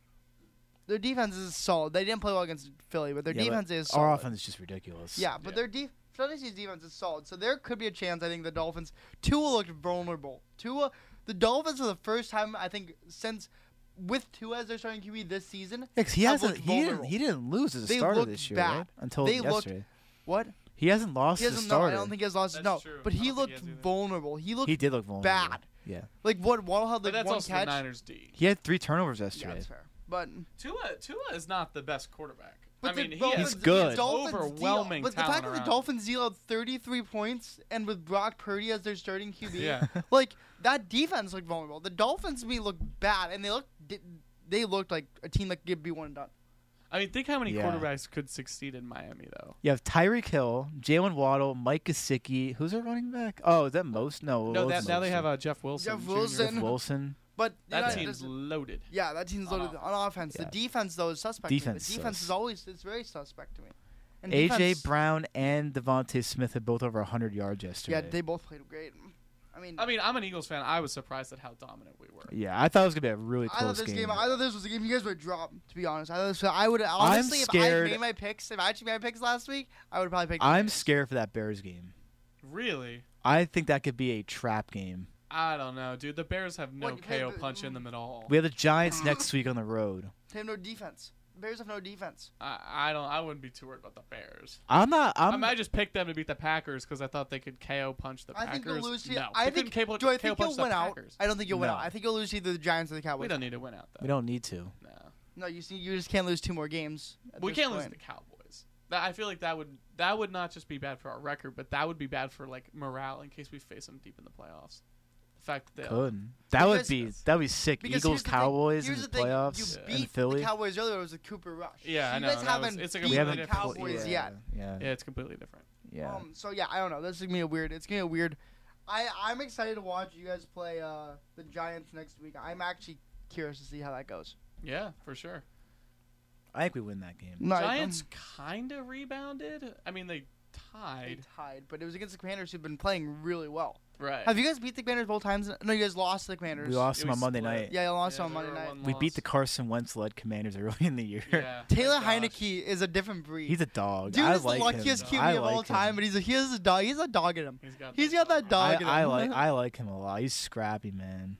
Their defense is solid. They didn't play well against Philly, but their Yeah, but defense is solid. Our offense is just ridiculous. Yeah, but Yeah. their def- Philadelphia's defense is solid, so there could be a chance. I think the Dolphins. Tua looked vulnerable. Tua, the Dolphins for the first time I think since with Tua as their starting QB this season. Yeah, 'cause he have hasn't. looked He didn't, vulnerable. he didn't lose as a They starter looked this year, bad. right? Until They looked- yesterday. What? he hasn't lost He as a doesn't. No, I starter. don't think he has lost. That's no, true. but I he don't think he looked has either. vulnerable. He looked he did look vulnerable. bad. Yeah. like what? Waddle had But like that's one also catch. the Niners D. He had three turnovers yeah, yesterday. that's fair. But Tua Tua is not the best quarterback. but I mean, the he Dolphins, has He's good. The Dolphins deal, Overwhelming but the fact talent that the around. Dolphins deal out 33 points and with Brock Purdy as their starting QB, Yeah. like that defense looked vulnerable. The Dolphins to me looked bad, and they looked they looked like a team that could be one and done. I mean, think how many Yeah. quarterbacks could succeed in Miami though. You have Tyreek Hill, Jalen Waddle, Mike Gesicki. Who's our running back? Oh, is that most? No. No, it's that, now they Mostyn. have uh, Jeff Wilson. Jeff Jr.. Wilson. Jeff Wilson. But you know, That it team's doesn't- loaded. yeah, that team's On loaded on, offense. Yeah. The defense though is suspect. Defense to me. The defense sucks. is always it's very suspect to me. And defense- AJ Brown and Devontae Smith had both over 100 yards yesterday. Yeah, they both played great. I mean, I mean, I'm an Eagles fan. I was surprised at how dominant we were. Yeah, I thought it was gonna be a really I thought close this game. game. I thought this was a game you guys would drop. To be honest, I thought this, I would honestly. scared- If I made my picks, if I actually made my picks last week, I would probably pick. the I'm Bears. scared for that Bears game. Really? I think that could be a trap game. I don't know, dude. The Bears have no What- KO but- mm. punch in them at all. We have the Giants next week on the road. They have no defense. The Bears have no defense. I, I don't. I wouldn't be too worried about the Bears. I'm not. i I'm. might just pick them to beat the Packers because I thought they could KO punch the I Packers. think you'll lose. To, no, I they think. couldn't KO, do I KO think punch you'll the win out? Packers. I don't think you'll win No. out. I think you'll lose to either the Giants or the Cowboys. we don't need to win out though. we don't need to. No. No, you see, you just can't lose two more games. at We this can't lose to point. the Cowboys. That, I feel like that would that would not just be bad for our record, but that would be bad for like morale in case we face them deep in the playoffs. The fact that they'll- Could. That would Because- be. That would be sick. Because here's Eagles, the thing- Cowboys in here's the, thing, playoffs, You and beat Philly. the Cowboys earlier. It was a Cooper Rush. Yeah, I you know, guys that haven't was- it's like a beat we haven't. the completely pl- Cowboys different- yeah, yet. Yeah. yeah, it's completely different. yeah. Um, so yeah, I don't know. This is gonna be a weird. It's gonna be a weird. I I'm excited to watch you guys play uh, the Giants next week. I'm actually curious to see how that goes. Yeah, for sure. I think we win that game. No, I- Giants um, kind of rebounded. I mean, they they tied. tied, but it was against the Commanders who've been playing really well. Right. Have you guys beat the Commanders both times? No, you guys lost to the Commanders. We lost It them on was Monday split. night. Yeah, you lost Yeah, on they Monday were night. one We beat loss. the Carson Wentz led Commanders early in the year. Yeah, Taylor my gosh. Heineke is a different breed. He's a dog. Dude I is like the luckiest him. QB I of all like him. time, but he's a, he has a dog. He's a dog in him. He's got. He's got that I, dog in him. I like I like him a lot. He's scrappy, man.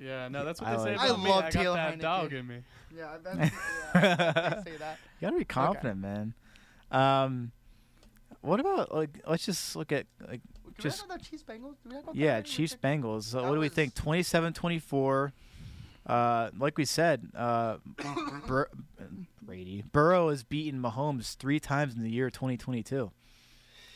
Yeah, no, that's what I they like say about him. me. I love I got Taylor that Heineke. dog in me. Yeah, I bet. you yeah, they say that. gotta be confident, man. Um, what about like? Let's just look at like Can Just- we talk about Chiefs Bengals? Did we talk about that yeah, already? We Chiefs picked- Bengals. Uh, what do we was- think? 27-24. Uh, like we said, uh, Bur- Brady Burrow has beaten Mahomes three times in the year 2022,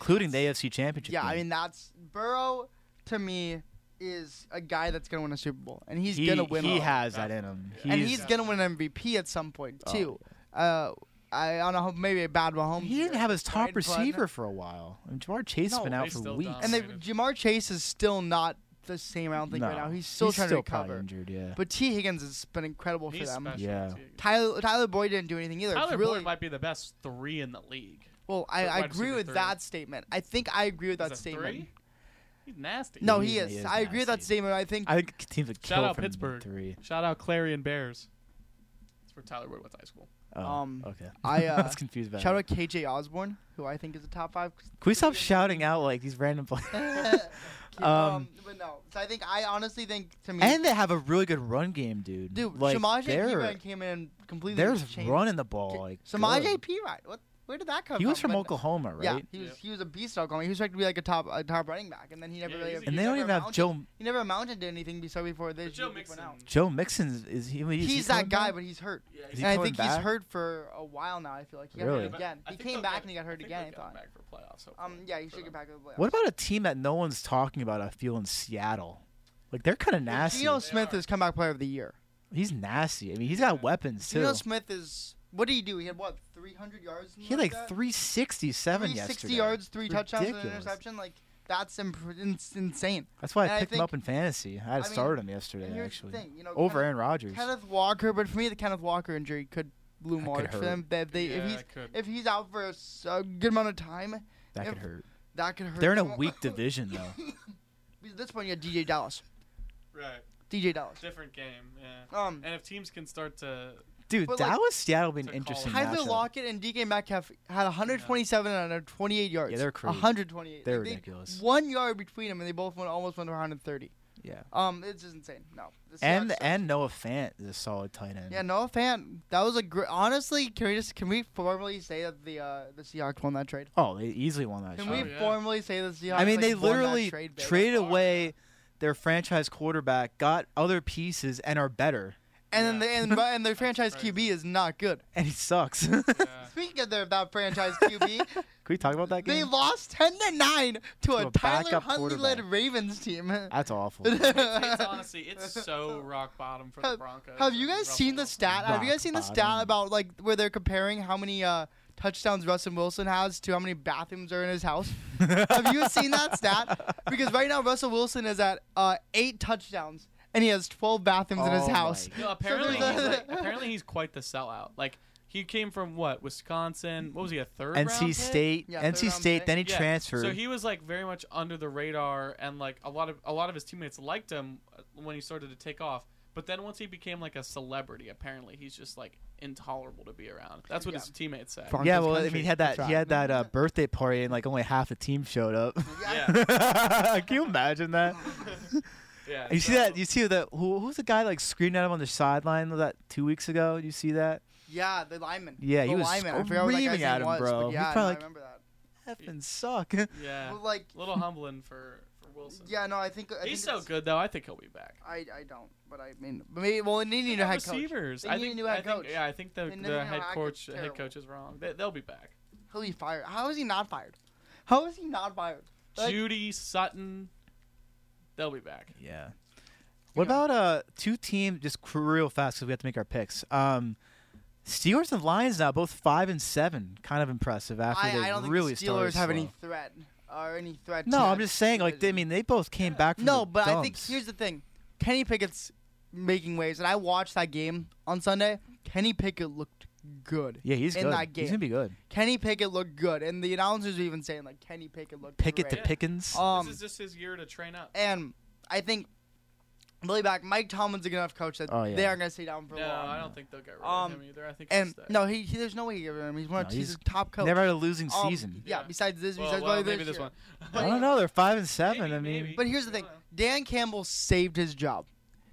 including the AFC Championship. Yeah, I game. mean that's Burrow to me is a guy that's gonna win a Super Bowl, and he's he, gonna win. He all. has that in him. Yeah. and he's- he's gonna win MVP at some point Oh. too. Uh, I on a maybe a bad Mahomes. He didn't year, have his top right? But- receiver for a while. I mean, Jamar Chase has No, been out they for still weeks. dominate. and they, Dude. Jamar Chase is still not the same. I don't think right No, now. He's still trying to probably recover. Injured, yeah. But T Higgins has been incredible for He's them. special. Yeah. too. Tyler Tyler Boyd didn't do anything either. It's Tyler really, Boyd might be the best three in the league. well, I, wide I agree receiver with three. that statement. I think I agree with Is that that statement. three? He's nasty. No, He he is- is. he is I agree with that nasty. statement. I think I think teams would Shout kill out for him in Pittsburgh. three. Shout out Clarion Bears. That's where Tyler Wood went to high school. Oh, Um, okay. I, uh, was confused about. Shout it. out KJ Osborne, who I think is a top five. Can we stop shouting out like these random players? um, Um, but no. So I think I honestly think to me, and they have a really good run game, dude. dude, like, Samaje they're- Perine came in and completely. There's changed. running the ball. Like Samaje good. Perine. What? Where did that come He from? was from But- Oklahoma, right? Yeah, he was. Yep. He was a beast at Oklahoma. He was expected to be like a top, a top running back, and then he never Yeah, really. he's a- he And they don't never even have amounted- Joe He never amounted to anything before before this. Joe year went Mixon. out. Joe Mixon. Is he? Is He's, he that coming guy, back? but he's hurt. Yeah, Is he and I coming think back? he's hurt for a while now. I feel like he got Really? hurt But again. I He think came they'll back get- and he got I hurt think again. I they'll get him thought. Back for playoffs, hopefully. Um, yeah, he should For get them. back to the playoffs. What about a team that no one's talking about? I feel in Seattle, like they're kind of nasty. Geno Smith is comeback player of the year. He's nasty. I mean, he's got weapons too. Geno Smith is What did he do? He had what, 300 yards? He had like that? 367 360 yesterday. yards, three touchdowns, and an Ridiculous. interception. Like that's imp- it's insane. That's why And I I picked him think- up in fantasy. I had I mean, started him And yesterday here's actually. the thing, you know, Over Kenneth, Aaron Rodgers. Kenneth Walker, but for me, the Kenneth Walker injury could That loom could large for hurt. them. That they, if Yeah, he's it could. if he's out for a s- a good amount of time, that if- could hurt. that could hurt. They're in them. a weak division though. Because at this point, you have DJ Dallas. Right. DJ Dallas. Different game. Yeah. Um, And if teams can start to Dude, But, like, Dallas Seattle would be to an call interesting it. Tyler matchup. Lockett and DK Metcalf had 127 and 128 yards. Yeah, they're crazy. 128. They're Like, they- ridiculous. One yard between them, and they both went almost went 130. Yeah. Um, it's just insane. No. The And Seahawks- and Noah Fant is a solid tight end. Yeah, Noah Fant. That was a great. Honestly, can we just can we formally say that the uh, the Seahawks won that trade? Oh, they easily won that. Can shot. Oh, we yeah. formally say the Seahawks? I mean, like, they won that literally trade bid? traded away their franchise quarterback, got other pieces, and are better. and then they, and, and their franchise crazy. QB is not good. And he sucks. Can yeah. Speaking of their, that franchise QB, we talk about that they game? lost ten to nine to, a, a Tyler backup Huntley-led quarterback. Ravens team. That's awful. it's honestly, it's so rock bottom for the Have- Broncos. Have you and guys seen the Russell stat? Have you Rock guys seen the bottom. stat about like where they're comparing how many uh, touchdowns Russell Wilson has to how many bathrooms are in his house? have you seen that stat? Because right now Russell Wilson is at uh, eight touchdowns and he has twelve bathrooms in his Oh my house. No, apparently, So he's there's like, a- apparently he's quite the sellout. Like he came from what Wisconsin? What was he a third? round NC pick? State. Yeah, third NC round State. pick. Then he Yeah. transferred. So he was like very much under the radar, and like a lot of a lot of his teammates liked him uh, when he started to take off. But then once he became like a celebrity, apparently he's just like intolerable to be around. That's what Yeah. his teammates said. Fuck. yeah, Broncos well, I country. mean, he had that That's he right. had that uh, birthday party, and like only half the team showed up. Yeah, Can you imagine that? yeah. You see so- that? You see that? Who, who's the guy like screaming at him on the sideline that two weeks ago? You see that? Yeah, the lineman. Yeah, the he was lineman. I forgot what that screaming guy's at name him, was, but bro. He Yeah, no, probably I like- remember that. Effing suck. Yeah, Well, like, a little humbling for for Wilson. yeah, no, I think I he's think so it's- good though. I think he'll be back. I, I don't, but I mean, but maybe well, they They need a got head coach. receivers. They I need a think, new I head think- coach. yeah, I think the, They need a the new head head coach coach. head Terrible. coach is wrong. They, they'll be back. He'll be fired. How is he not fired? How is he not fired? Like- Judy Sutton, they'll be back. Yeah. What about uh two team just cr- real fast because we have to make our picks. Um, Steelers and Lions now both five and seven, kind of impressive after I, they I don't really think the Steelers started have any slow. threat or any threat. to No, I'm that just saying like they, I mean division. they both came back from no, the but I think dumps. here's the thing: Kenny Pickett's making waves, and I watched that game on Sunday. Kenny Pickett looked good. yeah he's in good. that He's gonna game. be good. Kenny Pickett looked good, and the announcers were even saying like Kenny Pickett looked Pickett great. to Pickens. Um, this is just his year to train up. and I think Billy back Mike Tomlin's a good enough coach that Oh, yeah. they aren't gonna stay down for No, long. I don't think they'll get rid Um, of him either. I think he'll and stay. no, he, he there's no way he get rid of him. He's one No, of he's, he's a top coach. Never had a losing Um, season. Yeah, Yeah. besides this, well, besides well, this maybe this year. one. I don't know. They're five and seven. Maybe, I mean, maybe. But here's the thing: Wow. Dan Campbell saved his job.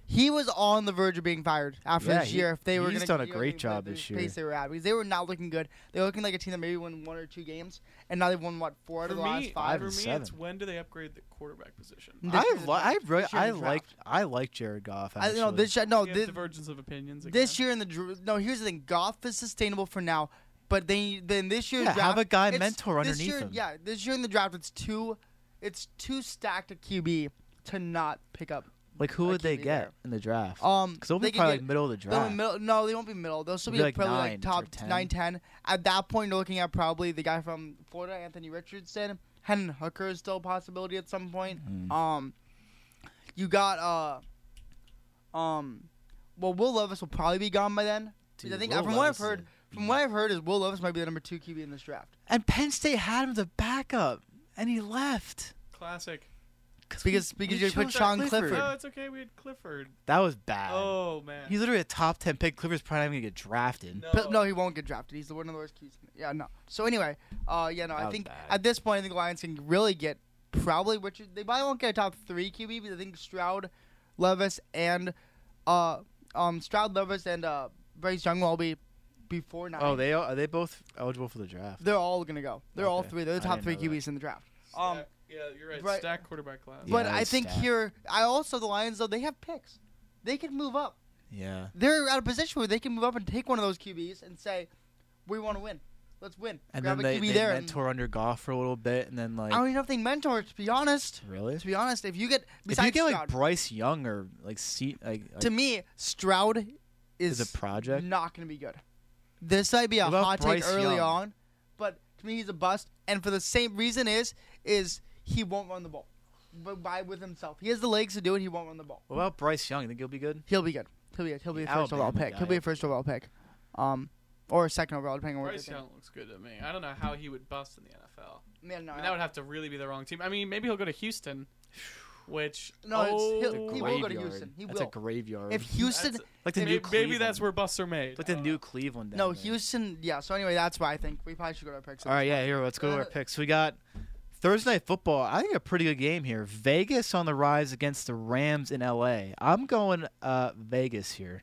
He was on the verge of being fired after Yeah, this he- year if they were he's going to done a great job this year. Pace they were at because they were not looking good. They were looking like a team that maybe won one or two games, and now they've won what four out For of the me, last for Five five. me, and it's seven. when do they upgrade the quarterback position? This I year- li- I re- this year I in the like draft. I like Jared Goff. I, Actually. no, this year, no, We have this, divergence of opinions. Again. this year in the dr- no. Here's the thing: golf is sustainable for now, but they then this year Yeah, have a guy mentor this underneath year- him. Yeah, this year in the draft, it's too, it's too stacked a QB to not pick up. like who I would they keep me there. get in the draft? Um, because they'll be they could probably get- like middle of the They'll draft. be middle, no, they won't be middle. They'll still be, They'll be, like, probably like nine top or 10. nine, ten. At that point, you're looking at probably the guy from Florida, Anthony Richardson. Hennon Hooker is still a possibility at some point. Mm-hmm. Um, you got uh, um, well, Will Levis will probably be gone by then. Because I Dude, think Will from what I've Levis is- heard, from what I've heard is Will Levis might be the number two QB in this draft And Penn State had him to back up, and he left. classic. because because you put chose Sean Clifford. Clifford. No, it's okay. We had Clifford. That was bad. Oh man. He's literally a top ten pick. Clifford's probably not even gonna get drafted. no. But no, he won't get drafted. He's the one of the worst keys. Yeah, no. So anyway, uh, yeah, no. That I was think bad. at this point, I think the Lions can really get probably Richard. They probably won't get a top three QB, but I think Stroud, Levis, and uh, um, Stroud, Levis, and uh, Bryce Young will all be before nine. Oh, they are they both eligible for the draft? They're all gonna go. They're all Okay. three. They're the I top didn't three know that. QBs in the draft. Stack- Um, yeah, you're right. right- Stack quarterback class. Yeah, but I that's think stacked. here, I also the Lions though they have picks. They can move up. Yeah, They're at a position where they can move up and take one of those QBs and say, "We want to win. Let's win." and Grab a then QB they, they there and- mentor under Goff for a little bit, and then like I don't even know if they mentor. To be honest, really, to be honest, if you get if you besides get like Stroud, Bryce Young or like seat like, like to me, Stroud is, is a project. not going to be good. this might be a What about hot take Bryce early Young? on, but to me he's a bust. And for the same reason is is he won't run the ball, but by with himself. He has the legs to do it. He won't run the ball. What about Bryce Young? You think he'll be good? He'll be good. He'll be good. He'll be a The first overall Alabama pick. guy, He'll be I a first overall pick, um, or a second overall depending on where. Bryce they think. Young looks good to me. I don't know how he would bust in the NFL. Yeah, no, I mean, that would have to really be the wrong team. I mean, maybe he'll go to Houston, which no, oh, it's, It's he'll, a he will go to graveyard. Houston. He That's will. a graveyard. if Houston, that's- like the new maybe, maybe that's Cleveland. where busts are made. Uh, like the new Cleveland. down no, there. Houston. Yeah. So anyway, that's why I think we probably should go to our picks. All right, yeah, here, let's go to our picks. We got Thursday Night Football. I think a pretty good game here. Vegas on the rise against the Rams in LA. I'm going uh, Vegas here.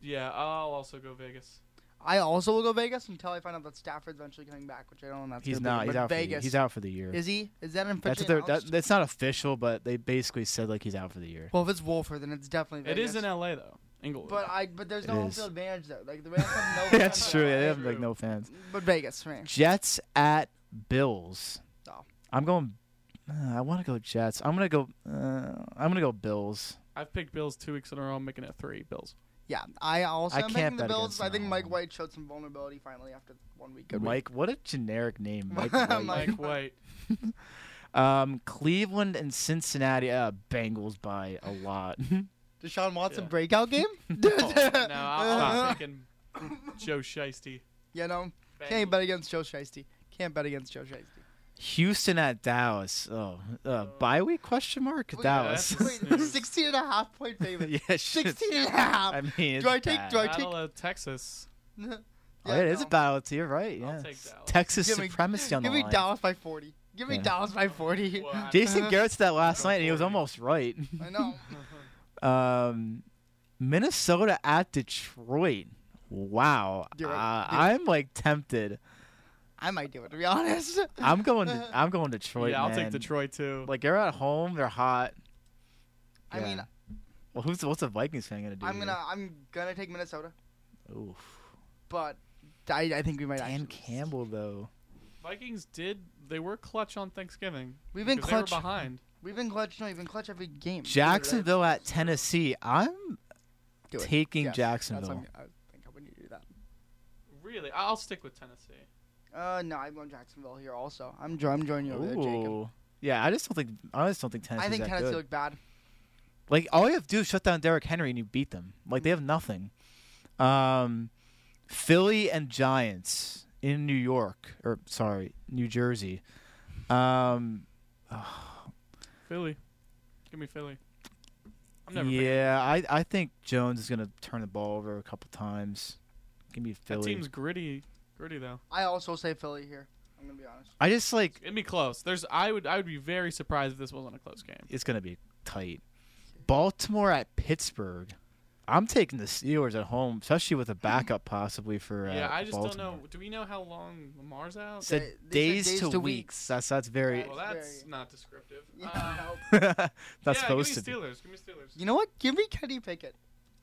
yeah, I'll also go Vegas. I also will go Vegas until I find out that Stafford's eventually coming back, which I don't know. That's He's gonna not. Be, He's but out. For the, year. Vegas. he's out for the year. Is he? Is that officially that's what they're, that, announced? that's not official, but they basically said like he's out for the year. Well, if it's Wolford, then it's definitely It Vegas. is in LA though, Inglewood. But I. But there's It no home is. field advantage there. Like the Rams have no. that's home true. field Yeah, they advantage. have like no fans. But Vegas for me. Jets at Bills. Oh. I'm going. Uh, I want to go Jets. I'm gonna go. Uh, I'm gonna go Bills. I've picked Bills two weeks in a row. I'm making it three Bills. Yeah, I also I am can't picking the bet Bills. against I think them. Mike White showed some vulnerability finally after one week. Good week. Mike, what a generic name, Mike. Mike White. Mike White. um, Cleveland and Cincinnati. Uh, Bengals by a lot. Deshaun Watson Yeah. breakout game. Oh, no, I'm Uh-huh. thinking Joe Shiesty. you know, can't bet against Joe Shiesty. Can't bet against Joe Shiesty. Houston at Dallas. Oh, uh, bye week question mark Wait, Dallas. that's- Wait, 16 and a half point favorite. yeah, shit. 16 and a half. I mean, Do I it's take- bad. do I- Battle of Texas. Oh, it is no. a battle. It's- You're right. I'll Yeah, take Dallas. Texas Give me- supremacy on the Give me line. Dallas by 40. Give me Yeah. Dallas by 40. Well, I- Jason Garrett said that last Go night, and he was for it. almost right. I know. Um, Minnesota at Detroit. Wow, Do Uh, it. Do it. I'm like tempted. I might do it to be honest. I'm going. To, I'm going Detroit. yeah, I'll man. take Detroit too. Like they're at home. They're hot. I mean, Yeah. Well, who's what's a Vikings fan gonna do? I'm gonna I'm gonna take Minnesota, uh, here? Oof. but I, I think we might. Dan actually- Campbell though. Vikings did. They were clutch on Thanksgiving. We've been because clutch. They were behind. We've been clutch. No, we've been clutch every game. Jacksonville at Tennessee. I'm Do it. taking Yes, That's Jacksonville. what I'm, I think I would need to do that. Really, I'll stick with Tennessee. Uh, no, I'm going Jacksonville here also. I'm jo- I'm joining you over there, Jacob. Ooh. Yeah, I just don't think. I just don't think Tennessee. I think that Tennessee good. looked bad. Like all you have to do is shut down Derrick Henry and you beat them. Like they have nothing. Um, Philly and Giants in New York or sorry, New Jersey. Um, Philly, give me Philly. I'm never. picking- yeah, I I think Jones is gonna turn the ball over a couple times. Give me That Philly. team's gritty, gritty though. I also say Philly here. I'm gonna be honest. I just like It'd be close. There's. I would. I would be very surprised if this wasn't a close game. it's gonna be tight. Baltimore at Pittsburgh. I'm taking the Steelers at home, especially with a backup possibly for. Uh, yeah, I just Baltimore. don't know. Do we know how long Lamar's out? Said They- they said days, days to, to weeks. That's that's very. well, That's that's very- not descriptive. Yeah, Uh, no. that's yeah, supposed to give be. me Steelers. Give me Steelers. You know what? Give me Kenny Pickett.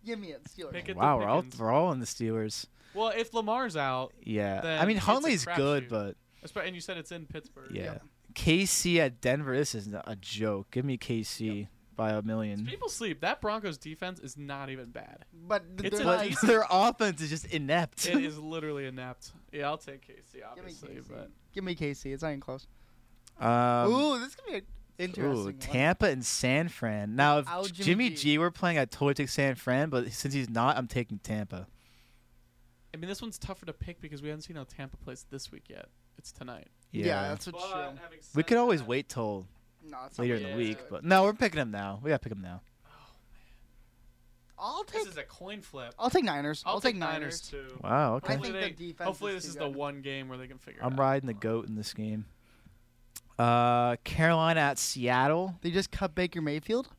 Give me it. Steelers. Pickett Wow, we're all Pickens. we're all on the Steelers. Well, if Lamar's out, Yeah, I Then mean it's a Huntley's good, crapshoot. but espe- and you said it's in Pittsburgh. yeah. KC at Denver. This is not a joke. Give me KC by a million. People sleep. That Broncos defense is not even bad. But th- It's they're a not- But decent- their offense is just inept. It is literally inept. Yeah, I'll take KC, Give me obviously, KC. but Give me KC. It's not even close. Um, ooh, this could be an interesting. ooh, one. Tampa and San Fran. Now, if Without J- Jimmy Jimmy G. G were playing, I'd totally take San Fran. But since he's not, I'm taking Tampa. I mean, this one's tougher to pick because we haven't seen how Tampa plays this week yet. It's tonight. Yeah, Yeah, that's what's true. we could always wait till No, it's not later like in the yeah. week. But no, we're picking him now. We gotta pick him now. I'll This take. is a coin flip. I'll take Niners. I'll, take, Niners, Niners. too. Wow. Okay. I think the defense hopefully is this too is the good. one game where they can figure. I'm it out. riding the goat in this game. Uh, Carolina at Seattle. They just cut Baker Mayfield.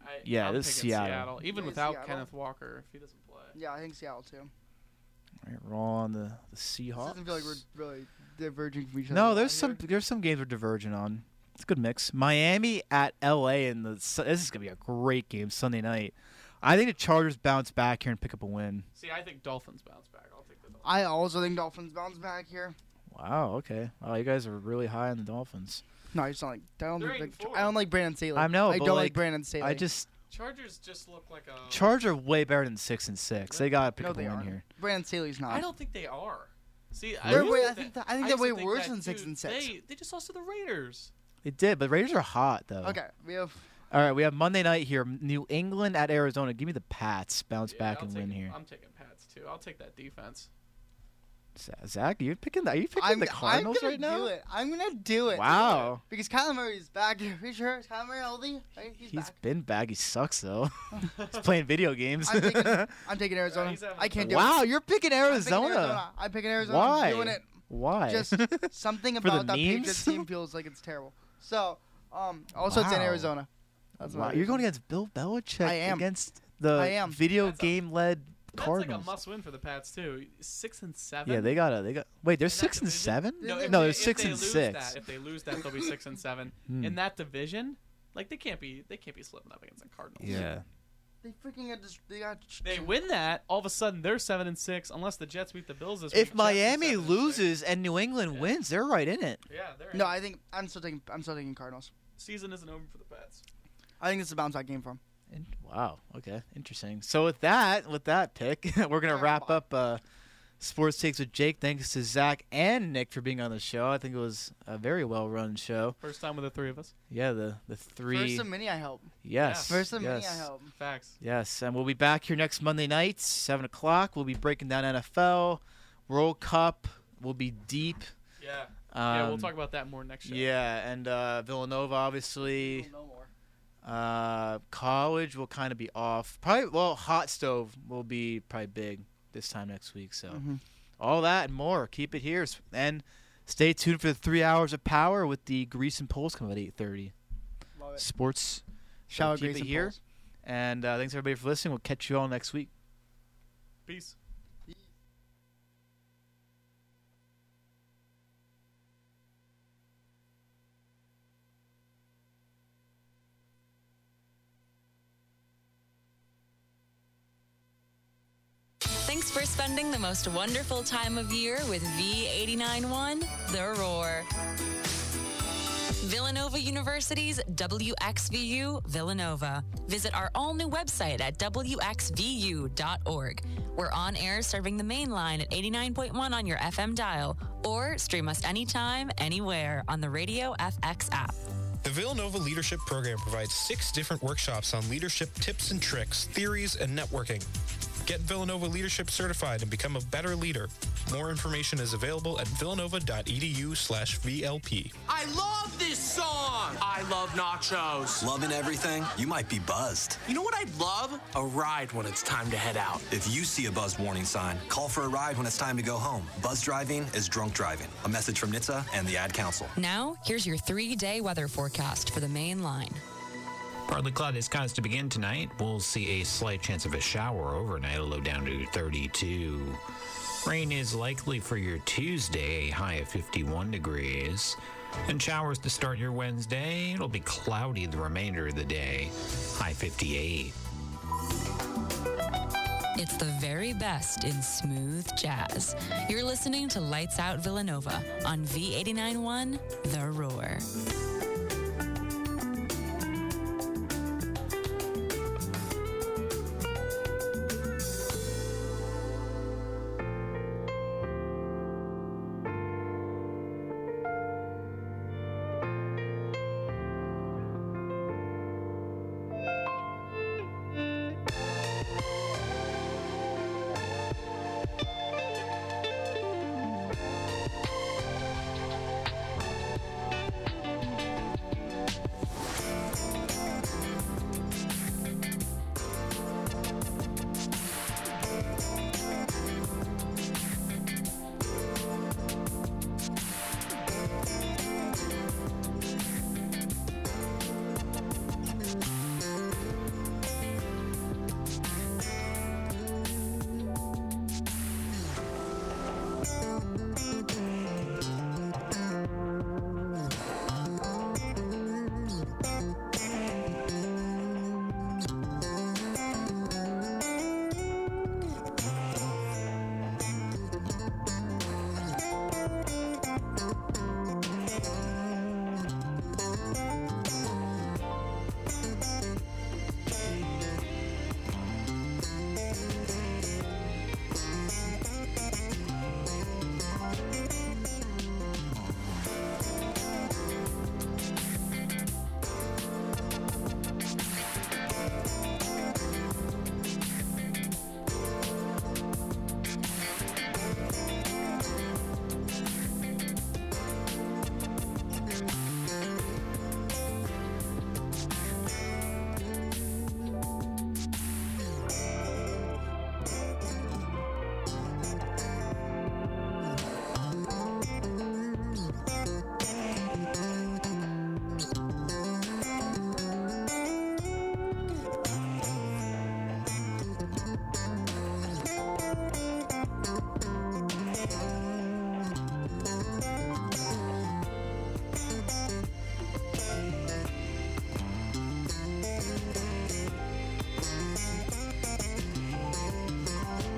I, Yeah, I'm this is picking Seattle. Even Yeah, without Seattle. Kenneth Walker, if he doesn't play. Yeah, I think Seattle too. All right, we're all on the, the This Seahawks. doesn't feel like we're really diverging from each other. no, a there's lot some here. there's some games we're divergent on. It's a good mix. Miami at L.A. and the Su- this is gonna be a great game Sunday night. I think the Chargers bounce back here and pick up a win. See, I think Dolphins bounce back. I'll take the Dolphins. I also think Dolphins bounce back here. Wow. Okay. Wow, you guys are really high on the Dolphins. No, I just don't like. I don't They're like. eight and I four. don't like Brandon Staley. I know, I but, don't like, like, Brandon Staley. I just Chargers just look like a. Charger way better than six and six. They gotta pick no, up a they win aren't. here. Brandon Staley's not. I don't think they are. See, I, They're used way- to I think that- I think they're used to way worse that, than six dude, and six. They, they just lost to the Raiders. They did, but Raiders are hot though. Okay, we have. All right, we have Monday night here. New England at Arizona. Give me the Pats. Bounce Yeah, back I'll and take- win here. I'm taking Pats too. I'll take that defense. Z- Zach, you picking the? Are you picking I'm, the Cardinals I'm gonna right now? do it. I'm gonna do it. Wow. Because Kyler Murray's back. Are we sure? Is Kyler Murray healthy? Right? He's, He's back. been bad. He sucks though. He's playing video games. I'm taking, I'm taking Arizona. he's having I can't do it. wow, you're picking I'm picking Arizona. I'm picking Arizona. Why? I'm doing it. Why? Just something For the about that memes? Patriots team feels like it's terrible. So, um, also it's in Wow. Arizona. That's wow, my you're going against Bill Belichick. I am. against the I am. video That's a- game led That's like Cardinals. a must-win for the Pats too. Six and seven. yeah, they got to They got. Wait, they're In that six and division? seven. No, if no they- they're if six they and lose six. That, if they lose that, they'll be six and seven Hmm. in that division. Like they can't be, they can't be slipping up against the Cardinals. yeah. They freaking got. dis- They got. They win that, all of a sudden they're seven and six. Unless the Jets beat the Bills this week. If Jets are Miami seven and six. loses and New England Yeah. wins, they're right in it. yeah, they're No, in. I think I'm still taking. I'm still taking Cardinals. season isn't over for the Pats. I think this is a bounce back game for him. In- Wow. Okay. Interesting. So with that, with that pick, we're gonna Yeah, wrap bye. up uh, sports takes with Jake. Thanks to Zach and Nick for being on the show. I think it was a very well run show. First time with the three of us. Yeah. The the three. First and many, I help. yes. First and yes. many, I help. Facts. Yes, and we'll be back here next Monday night, seven o'clock. We'll be breaking down NFL, World Cup. We'll be deep. Yeah. Um, yeah, we'll talk about that more next show. Yeah, and uh, Villanova, obviously. No more. Uh, college will kind of be off. Probably well, hot stove will be probably big this time next week. So Mhm. all that and more. Keep it here and stay tuned for the three hours of power with the Grease and Poles coming at eight thirty. Love it. Sports Shower keep Grace it and here. Poles. and uh, thanks everybody for listening. We'll catch you all next week. Peace. Thanks for spending the most wonderful time of year with V891 The Roar. Villanova University's WXVU Villanova. Visit our all new website at WXVU.org. We're on air serving the main line at 89.1 on your FM dial, or stream us anytime, anywhere on the Radio FX app. The Villanova Leadership Program provides six different workshops on leadership tips and tricks, theories, and networking. Get Villanova Leadership certified and become a better leader. More information is available at villanova.edu slash VLP. I love this song. I love nachos. Loving everything? You might be buzzed. You know what I'd love? A ride when it's time to head out. If you see a buzz warning sign, call for a ride when it's time to go home. Buzz driving is drunk driving. A message from NHTSA and the Ad Council. Now, here's your three day weather forecast for the main line. Partly cloudy skies to begin tonight. We'll see a slight chance of a shower overnight, a low down to 32. Rain is likely for your Tuesday, a high of 51 degrees. And showers to start your Wednesday. It'll be cloudy the remainder of the day, high 58. It's the very best in smooth jazz. You're listening to Lights Out Villanova on V891 The Roar. Thank you.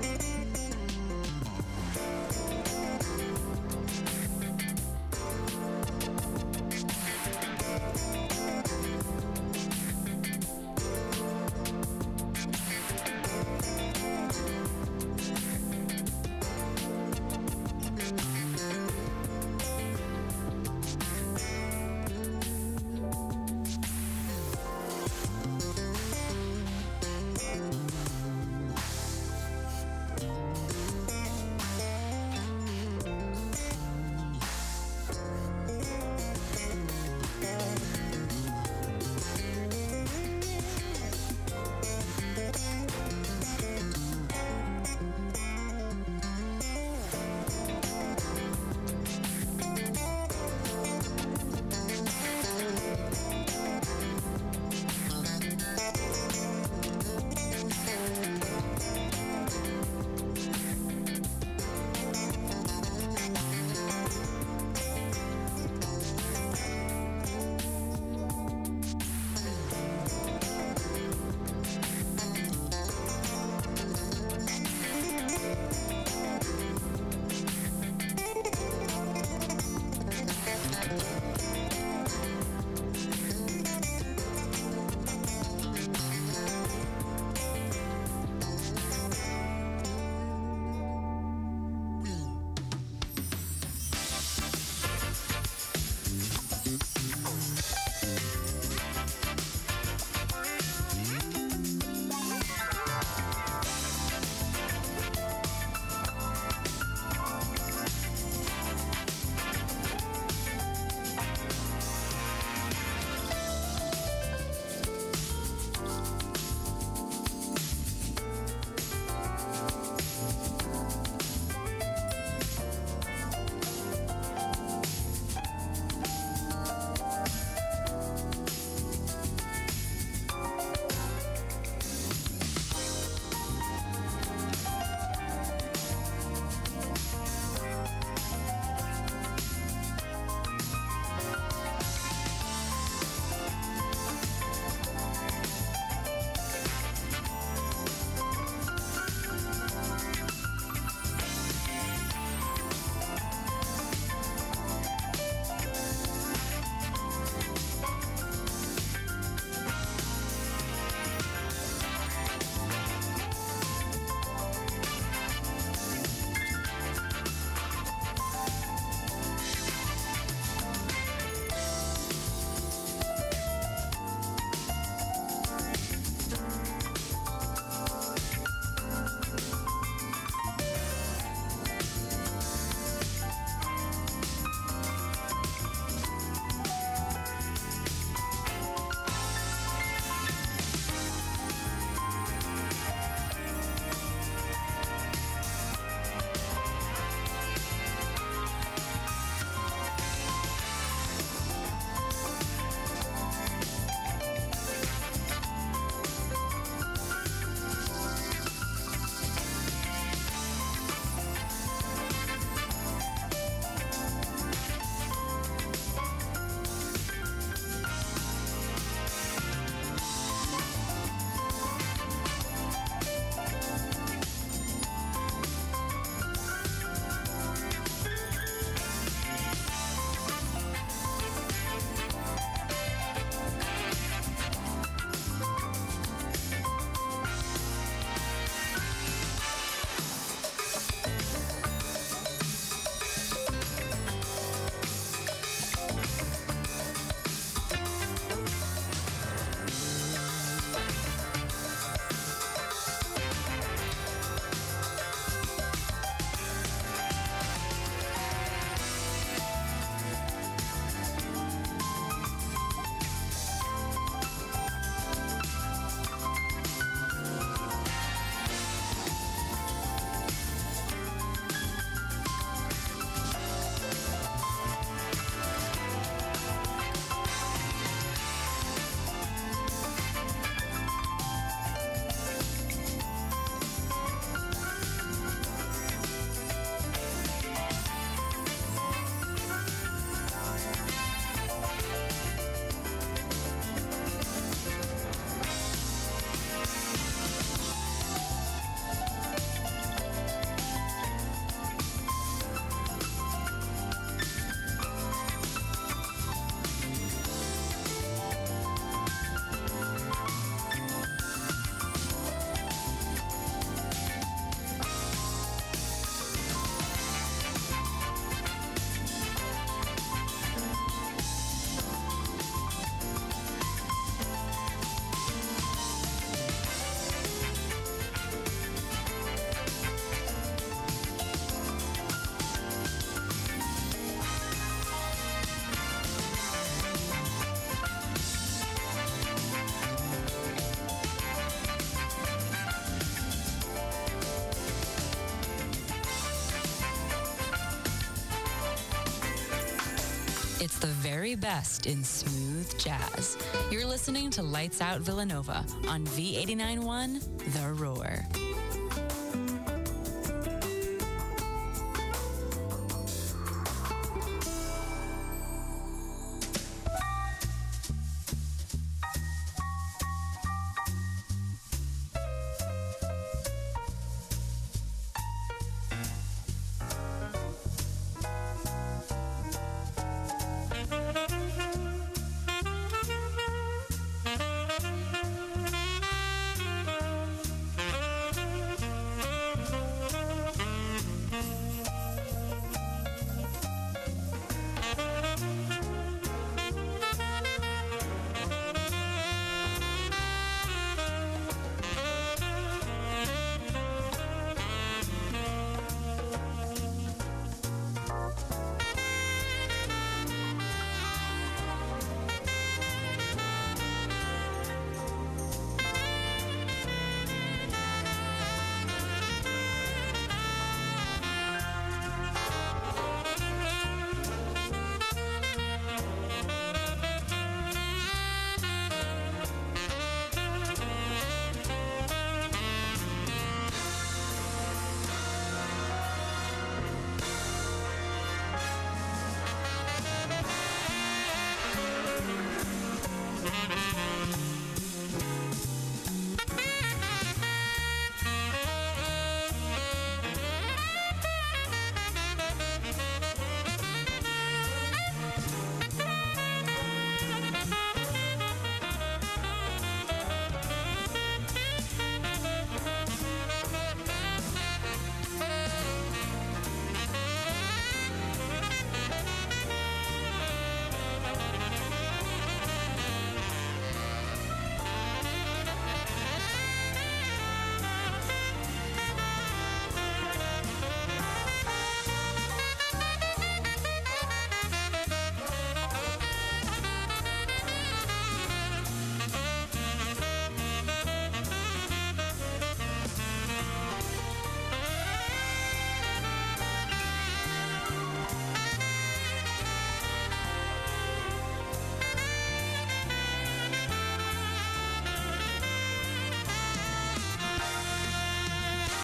It's the very best in smooth jazz. You're listening to Lights Out Villanova on V891 The Roar.